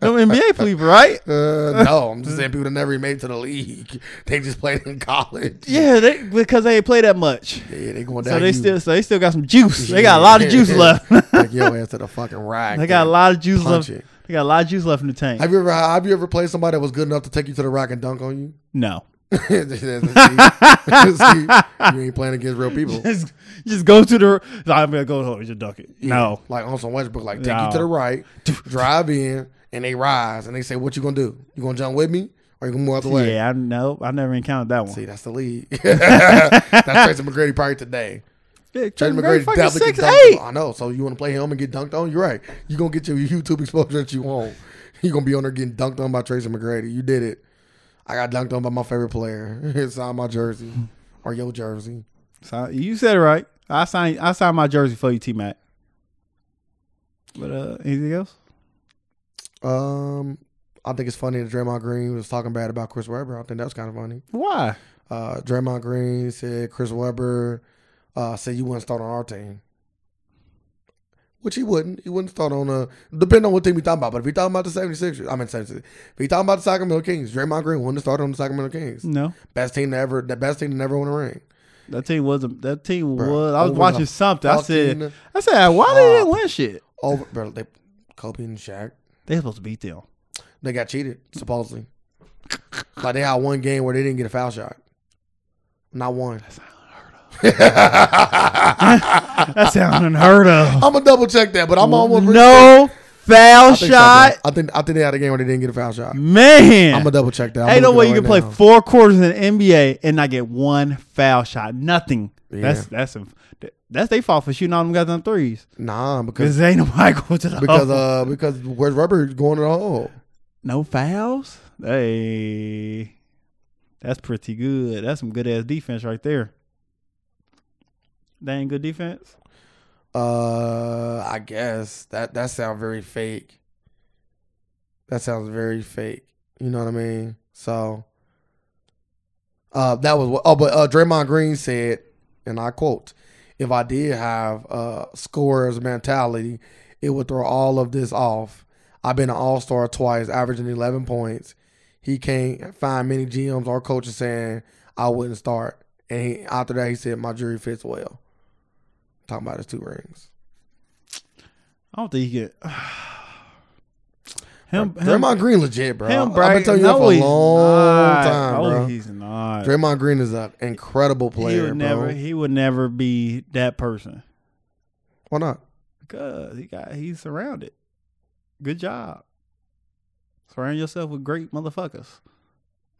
[SPEAKER 1] NBA people,
[SPEAKER 2] <laughs>
[SPEAKER 1] right?
[SPEAKER 2] Uh, no, I'm just saying people that never even made it to the league. They just played in college.
[SPEAKER 1] Yeah, they because they ain't play that much.
[SPEAKER 2] Yeah, they going down.
[SPEAKER 1] So they
[SPEAKER 2] you.
[SPEAKER 1] still, so they still got some juice. They got a lot of juice
[SPEAKER 2] <laughs>
[SPEAKER 1] left. <laughs>
[SPEAKER 2] Take your ass to the fucking rack.
[SPEAKER 1] They got a
[SPEAKER 2] and
[SPEAKER 1] lot of juice
[SPEAKER 2] punch
[SPEAKER 1] left.
[SPEAKER 2] it.
[SPEAKER 1] They got a lot of juice left in the tank.
[SPEAKER 2] Have you ever have you ever played somebody that was good enough to take you to the rack and dunk on you?
[SPEAKER 1] No,
[SPEAKER 2] <laughs> See,
[SPEAKER 1] <laughs>
[SPEAKER 2] see, you ain't playing against real people.
[SPEAKER 1] just, just go to the. Nah, I'm gonna go home and just dunk it. <laughs> No,
[SPEAKER 2] Like on some Westbrook, like take you
[SPEAKER 1] No.
[SPEAKER 2] to
[SPEAKER 1] <laughs>
[SPEAKER 2] the right, drive in, and they rise and they say, What you gonna do? You gonna jump with me or you gonna move out the way?
[SPEAKER 1] yeah, I no, I never encountered that one.
[SPEAKER 2] See, that's the league. <laughs> that's Tracy McGrady probably today.
[SPEAKER 1] Yeah,
[SPEAKER 2] Tracy
[SPEAKER 1] Tracy
[SPEAKER 2] McGrady
[SPEAKER 1] fucking
[SPEAKER 2] definitely
[SPEAKER 1] six
[SPEAKER 2] can dunk.
[SPEAKER 1] eight.
[SPEAKER 2] I know. So you want to play him and get dunked on? You're right. You're gonna get your YouTube exposure that you want. <laughs> You're gonna be on there getting dunked on by Tracy McGrady. You did it. I got dunked on by my favorite player. <laughs> It's on my jersey or your jersey.
[SPEAKER 1] So, you said it right. I signed. I signed my jersey for you, T Mac. But uh, anything else?
[SPEAKER 2] Um, I think it's funny that Draymond Green was talking bad about Chris Webber. I think that was kind of funny.
[SPEAKER 1] Why?
[SPEAKER 2] Uh, Draymond Green said Chris Webber uh, said you wouldn't start on our team. Which he wouldn't. He wouldn't start on a depending on what team you talking about. But if you're talking about the 76ers, I mean 76ers. If you're talking about the Sacramento Kings, Draymond Green wouldn't start on the Sacramento Kings.
[SPEAKER 1] No,
[SPEAKER 2] Best team to ever the best team to never won a ring.
[SPEAKER 1] that team wasn't. That team
[SPEAKER 2] Bruh,
[SPEAKER 1] was. I was
[SPEAKER 2] over
[SPEAKER 1] watching
[SPEAKER 2] the
[SPEAKER 1] something. I said.
[SPEAKER 2] fucking
[SPEAKER 1] I said, why they didn't
[SPEAKER 2] top.
[SPEAKER 1] win shit?
[SPEAKER 2] Over bro, they Kobe and Shaq.
[SPEAKER 1] They supposed to beat them.
[SPEAKER 2] They got cheated, supposedly. like they had one game where they didn't get a foul shot. Not one. <laughs>
[SPEAKER 1] That sounds unheard of.
[SPEAKER 2] I'm gonna double check that, but I'm almost
[SPEAKER 1] no foul
[SPEAKER 2] I think so, bro.
[SPEAKER 1] shot,
[SPEAKER 2] I think I think they had a game where they didn't get a foul shot. I'm
[SPEAKER 1] man.
[SPEAKER 2] gonna double check that. I'm
[SPEAKER 1] Ain't no
[SPEAKER 2] gonna
[SPEAKER 1] way
[SPEAKER 2] look
[SPEAKER 1] you
[SPEAKER 2] it
[SPEAKER 1] can
[SPEAKER 2] right
[SPEAKER 1] play
[SPEAKER 2] now.
[SPEAKER 1] four quarters in the NBA and not get one foul shot. Nothing. That's that's that's they fault for shooting all them goddamn threes
[SPEAKER 2] Nah, because
[SPEAKER 1] because ain't nobody <laughs> going to the
[SPEAKER 2] because
[SPEAKER 1] hole.
[SPEAKER 2] uh because where's rubber going to the hole?
[SPEAKER 1] no fouls. Hey, that's pretty good. That's some good ass defense right there. That ain't good defense.
[SPEAKER 2] Uh, I guess that that sound very fake. That sounds very fake. You know what I mean? So uh, that was what. Oh, but uh, Draymond Green said, and I quote: "If I did have uh, scorer's mentality, it would throw all of this off. I've been an All Star twice, averaging 11 points. He can't find many GMs or coaches saying I wouldn't start. And he, after that, he said my jury fits well. Talking about his two rings.
[SPEAKER 1] I don't think he could. <sighs> him, him,
[SPEAKER 2] Draymond Green legit, bro.
[SPEAKER 1] him,
[SPEAKER 2] I've
[SPEAKER 1] bragging-
[SPEAKER 2] been telling you that
[SPEAKER 1] no,
[SPEAKER 2] for a
[SPEAKER 1] he's
[SPEAKER 2] long
[SPEAKER 1] not.
[SPEAKER 2] time,
[SPEAKER 1] No,
[SPEAKER 2] bro.
[SPEAKER 1] he's not.
[SPEAKER 2] Draymond Green is an incredible player,
[SPEAKER 1] he would never.
[SPEAKER 2] bro.
[SPEAKER 1] He would never be that person
[SPEAKER 2] Why not?
[SPEAKER 1] because he got. He's surrounded. Good job. Surround yourself with great motherfuckers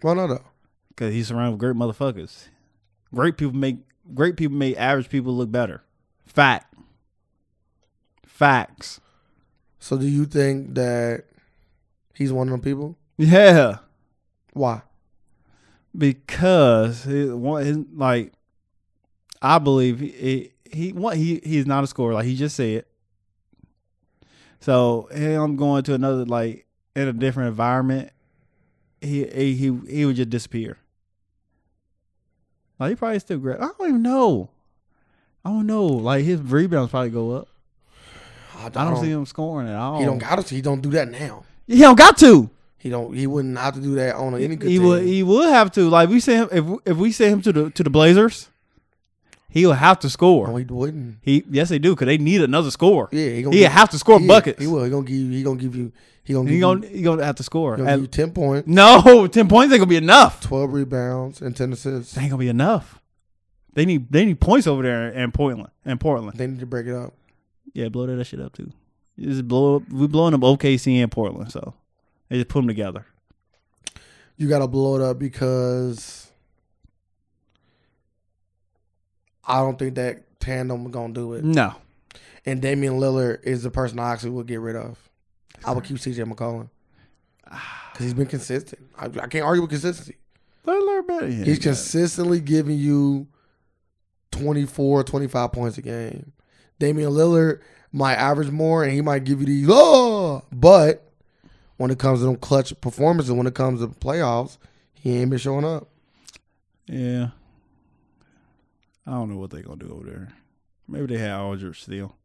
[SPEAKER 2] Why not though?
[SPEAKER 1] because he's surrounded with great motherfuckers. Great people make great people make average people look better. Fact. Facts.
[SPEAKER 2] So do you think that he's one of them people?
[SPEAKER 1] Yeah.
[SPEAKER 2] Why?
[SPEAKER 1] because his, one, his, like I believe he he one, he he's not a scorer like he just said. So him going to another like in a different environment, he he he, he would just disappear. Like he probably still great. I don't even know. I don't know. Like his rebounds probably go up.
[SPEAKER 2] I don't,
[SPEAKER 1] I don't see him scoring at all.
[SPEAKER 2] He don't got to. He don't do that now.
[SPEAKER 1] He don't got to.
[SPEAKER 2] He don't. He wouldn't have to do that on any good
[SPEAKER 1] he
[SPEAKER 2] team.
[SPEAKER 1] would he would have to like we send him if if we send him to the to the Blazers, he'll have to
[SPEAKER 2] no,
[SPEAKER 1] score.
[SPEAKER 2] he wouldn't.
[SPEAKER 1] He yes they do because they need another score.
[SPEAKER 2] Oh, Yeah, he gonna.
[SPEAKER 1] He
[SPEAKER 2] give-
[SPEAKER 1] have to score
[SPEAKER 2] yeah,
[SPEAKER 1] buckets.
[SPEAKER 2] He will. He gonna give you. He gonna give you. He gonna give
[SPEAKER 1] He
[SPEAKER 2] you.
[SPEAKER 1] gonna he gonna have to score.
[SPEAKER 2] he gonna give you
[SPEAKER 1] And-
[SPEAKER 2] ten points,
[SPEAKER 1] no, <laughs> ten points ain't gonna be enough.
[SPEAKER 2] twelve rebounds, and ten assists.
[SPEAKER 1] That ain't gonna be enough. They need they need points over there in Portland. In Portland,
[SPEAKER 2] They need to break it up.
[SPEAKER 1] yeah, blow that shit up too. You Just blow up. We blowing up OKC and Portland, so they just put them together.
[SPEAKER 2] You gotta blow it up because I don't think that tandem gonna do it.
[SPEAKER 1] No,
[SPEAKER 2] And Damian Lillard is the person I actually would get rid of. I would keep CJ McCollum because he's been consistent. I, I can't argue with consistency.
[SPEAKER 1] Lillard better. Yeah,
[SPEAKER 2] He's
[SPEAKER 1] yeah.
[SPEAKER 2] consistently giving you 24, 25 points a game. Damian Lillard might average more and he might give you these, oh, but when it comes to them clutch performances, when it comes to playoffs, he ain't been showing up.
[SPEAKER 1] Yeah. I don't know what they gonna do over there. Maybe they had Aldrich still.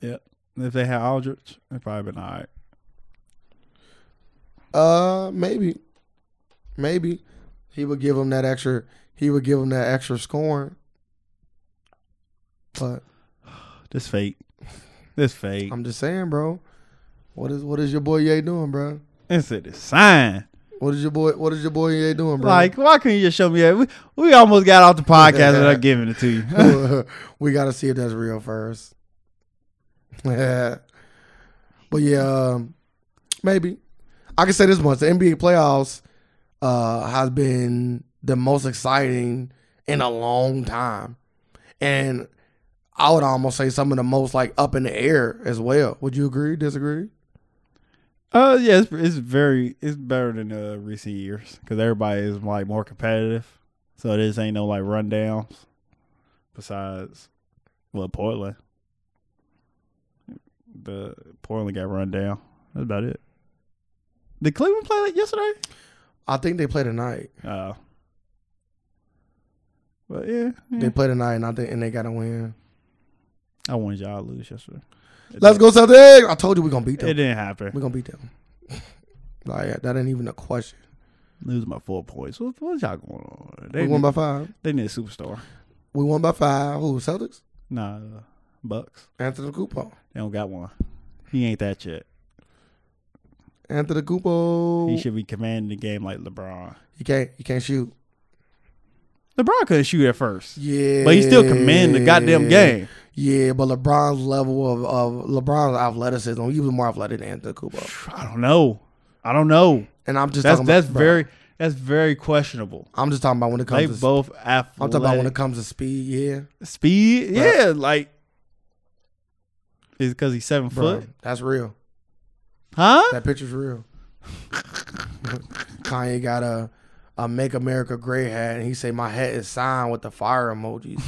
[SPEAKER 1] Yep. And If they had Aldrich, they probably been all right.
[SPEAKER 2] Uh, maybe, maybe he would give him that extra. He would give him that extra scoring. But
[SPEAKER 1] This fake. This fake.
[SPEAKER 2] I'm just saying, bro. What is what is your boy Ye doing, bro?
[SPEAKER 1] It's a sign.
[SPEAKER 2] What is your boy? What is your boy Ye doing, bro?
[SPEAKER 1] Like, why couldn't you just show me that? We, we almost got off the podcast without giving it to you. <laughs>
[SPEAKER 2] <laughs> we gotta see if that's real first. <laughs> but yeah, um, maybe I can say this much: the NBA playoffs uh, has been the most exciting in a long time, and I would almost say some of the most like up in the air as well. Would you agree? Disagree?
[SPEAKER 1] Uh, yeah, it's, it's very it's better than uh, recent years because everybody is like more competitive, so this ain't no like rundowns. Besides, well, Portland, the Portland got run down. That's about it. Did Cleveland play like yesterday?
[SPEAKER 2] I think they play tonight.
[SPEAKER 1] Oh, but yeah, yeah.
[SPEAKER 2] They play tonight, and I think and they gotta win.
[SPEAKER 1] I wanted y'all to lose yesterday. It
[SPEAKER 2] Let's
[SPEAKER 1] didn't-
[SPEAKER 2] go Celtics! I told you we're gonna beat them.
[SPEAKER 1] It didn't happen.
[SPEAKER 2] We're gonna beat them. <laughs> like that ain't even a question.
[SPEAKER 1] Lose my four points. What, what y'all going on? They
[SPEAKER 2] we won
[SPEAKER 1] need,
[SPEAKER 2] by five.
[SPEAKER 1] they need a superstar.
[SPEAKER 2] We won by five. Who Celtics?
[SPEAKER 1] Nah, uh, Bucks.
[SPEAKER 2] Anthony Cupo.
[SPEAKER 1] They don't got one. He ain't that shit.
[SPEAKER 2] Anthony
[SPEAKER 1] He
[SPEAKER 2] Cupo.
[SPEAKER 1] should be commanding the game like LeBron.
[SPEAKER 2] He can't. He can't shoot.
[SPEAKER 1] LeBron couldn't shoot at first,
[SPEAKER 2] Yeah,
[SPEAKER 1] but he still commanding the goddamn game.
[SPEAKER 2] Yeah, but LeBron's level of, of LeBron's athleticism, he was more athletic than Anthony Cupo.
[SPEAKER 1] I don't know. I don't know.
[SPEAKER 2] And I'm just
[SPEAKER 1] That's
[SPEAKER 2] talking
[SPEAKER 1] that's
[SPEAKER 2] about, bro,
[SPEAKER 1] very that's very questionable.
[SPEAKER 2] I'm just talking about when it
[SPEAKER 1] They
[SPEAKER 2] comes to.
[SPEAKER 1] both athletic.
[SPEAKER 2] I'm talking about when it comes to speed. Yeah,
[SPEAKER 1] speed.
[SPEAKER 2] Bro.
[SPEAKER 1] Yeah, like is because he's seven
[SPEAKER 2] bro,
[SPEAKER 1] foot,
[SPEAKER 2] that's real.
[SPEAKER 1] huh?
[SPEAKER 2] That picture's real. <laughs> Kanye got a, a Make America Great hat, and he say my hat is signed with the fire emojis.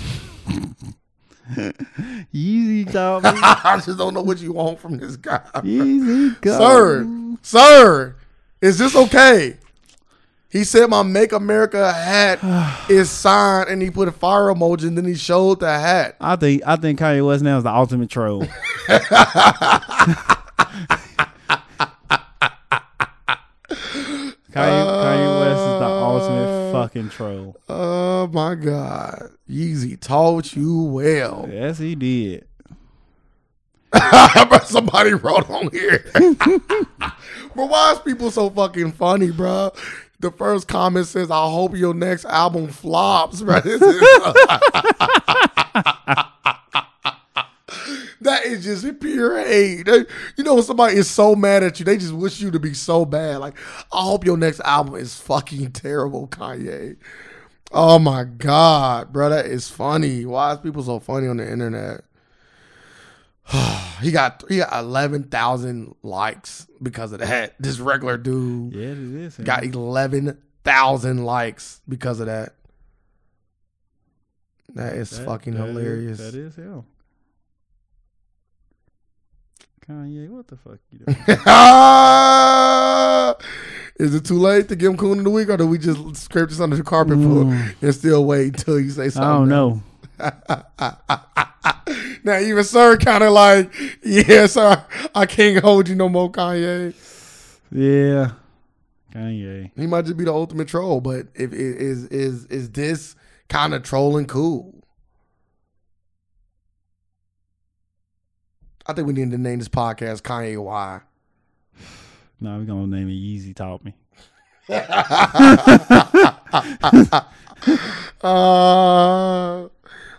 [SPEAKER 1] Yeezy talk.
[SPEAKER 2] <laughs>
[SPEAKER 1] man.
[SPEAKER 2] <laughs> I just don't know what you want from this guy, bruh.
[SPEAKER 1] Yeezy go.
[SPEAKER 2] sir. Sir, is this okay? He said my "Make America" <sighs> hat is signed, and he put a fire emoji, and then he showed the hat.
[SPEAKER 1] I think I think Kanye West now is the ultimate
[SPEAKER 2] <laughs>
[SPEAKER 1] troll. Kanye, Kanye West is the
[SPEAKER 2] Uh,
[SPEAKER 1] ultimate fucking troll.
[SPEAKER 2] Oh my God, Yeezy taught you well.
[SPEAKER 1] Yes, he did.
[SPEAKER 2] <laughs> Bro, Somebody wrote on here. <laughs> but why is people so fucking funny, bro? The first comment says, "I hope your next album flops, <laughs> bro." This is- that is just pure hate. They- you know when somebody is so mad at you, they just wish you to be so bad. Like, I hope your next album is fucking <laughs> terrible, Kanye. Oh my god, bro, that is funny. Why is people so funny on the internet? <sighs> He got he got eleven thousand likes because of that. This regular dude
[SPEAKER 1] Yeah, it is. him.
[SPEAKER 2] got eleven thousand likes because of that. That is
[SPEAKER 1] That-
[SPEAKER 2] fucking
[SPEAKER 1] that is-
[SPEAKER 2] hilarious.
[SPEAKER 1] that is hell. Kanye, what the fuck
[SPEAKER 2] <laughs>
[SPEAKER 1] you doing?
[SPEAKER 2] Is it too late to give him coon of the week, or do we just scrape this under the carpet
[SPEAKER 1] Mm.
[SPEAKER 2] for and still wait until you say
[SPEAKER 1] I don't
[SPEAKER 2] something?
[SPEAKER 1] know.
[SPEAKER 2] <laughs> now even sir kind of like, yeah, sir, I can't hold you no more, Kanye.
[SPEAKER 1] Yeah, Kanye.
[SPEAKER 2] He might just be the ultimate troll, but if is is is this kind of trolling cool? I think we need to name this podcast Kanye Why.
[SPEAKER 1] Nah, we gonna name it Yeezy Taught Me.
[SPEAKER 2] Uh,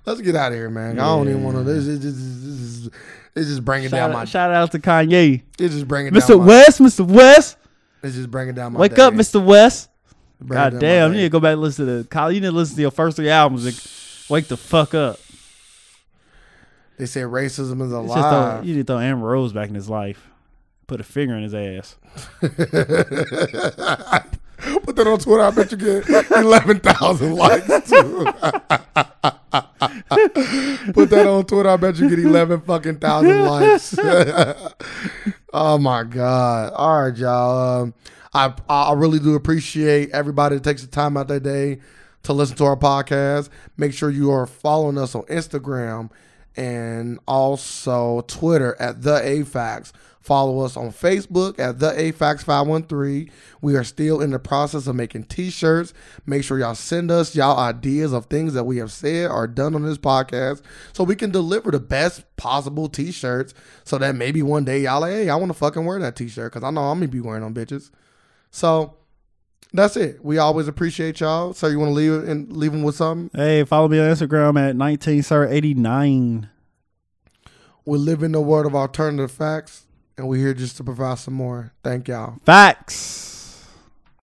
[SPEAKER 2] let's get out of here, man. I don't even want to.
[SPEAKER 1] Yeah.
[SPEAKER 2] This is this is this is it's just bringing
[SPEAKER 1] Shout
[SPEAKER 2] down my.
[SPEAKER 1] out, shout out to Kanye,
[SPEAKER 2] It's just bringing down
[SPEAKER 1] Mr.
[SPEAKER 2] my.
[SPEAKER 1] West, Mr. West,
[SPEAKER 2] It's just bringing down my.
[SPEAKER 1] wake
[SPEAKER 2] day.
[SPEAKER 1] up, Mr. West.
[SPEAKER 2] Bringing down
[SPEAKER 1] God
[SPEAKER 2] my
[SPEAKER 1] damn,
[SPEAKER 2] day.
[SPEAKER 1] you need to go back and listen to Kyle. You need to listen to your first three albums and wake the fuck up.
[SPEAKER 2] They said racism is
[SPEAKER 1] It's just throw,
[SPEAKER 2] alive.
[SPEAKER 1] you need to throw Amber Rose back in his life. Put a finger in his ass.
[SPEAKER 2] Put that on Twitter. I bet you get eleven thousand likes. Too. <laughs> Put that on Twitter. I bet you get eleven fucking thousand likes. <laughs> oh my god! All right, y'all. Um, I I really do appreciate everybody that takes the time out their day to listen to our podcast. Make sure you are following us on Instagram and also Twitter at the AFAX. Follow us on Facebook at the AFAX 513. We are still in the process of making t-shirts. Make sure y'all send us y'all ideas of things that we have said or done on this podcast so we can deliver the best possible t-shirts so that maybe one day y'all like, hey, I want to fucking wear that t-shirt because I know I'm going to be wearing them bitches. So that's it. We always appreciate y'all. So you want to leave and leave them with something?
[SPEAKER 1] Hey, follow me on Instagram at 19sir89.
[SPEAKER 2] We live in the world of alternative facts, and we're here just to provide some more. Thank y'all.
[SPEAKER 1] Facts.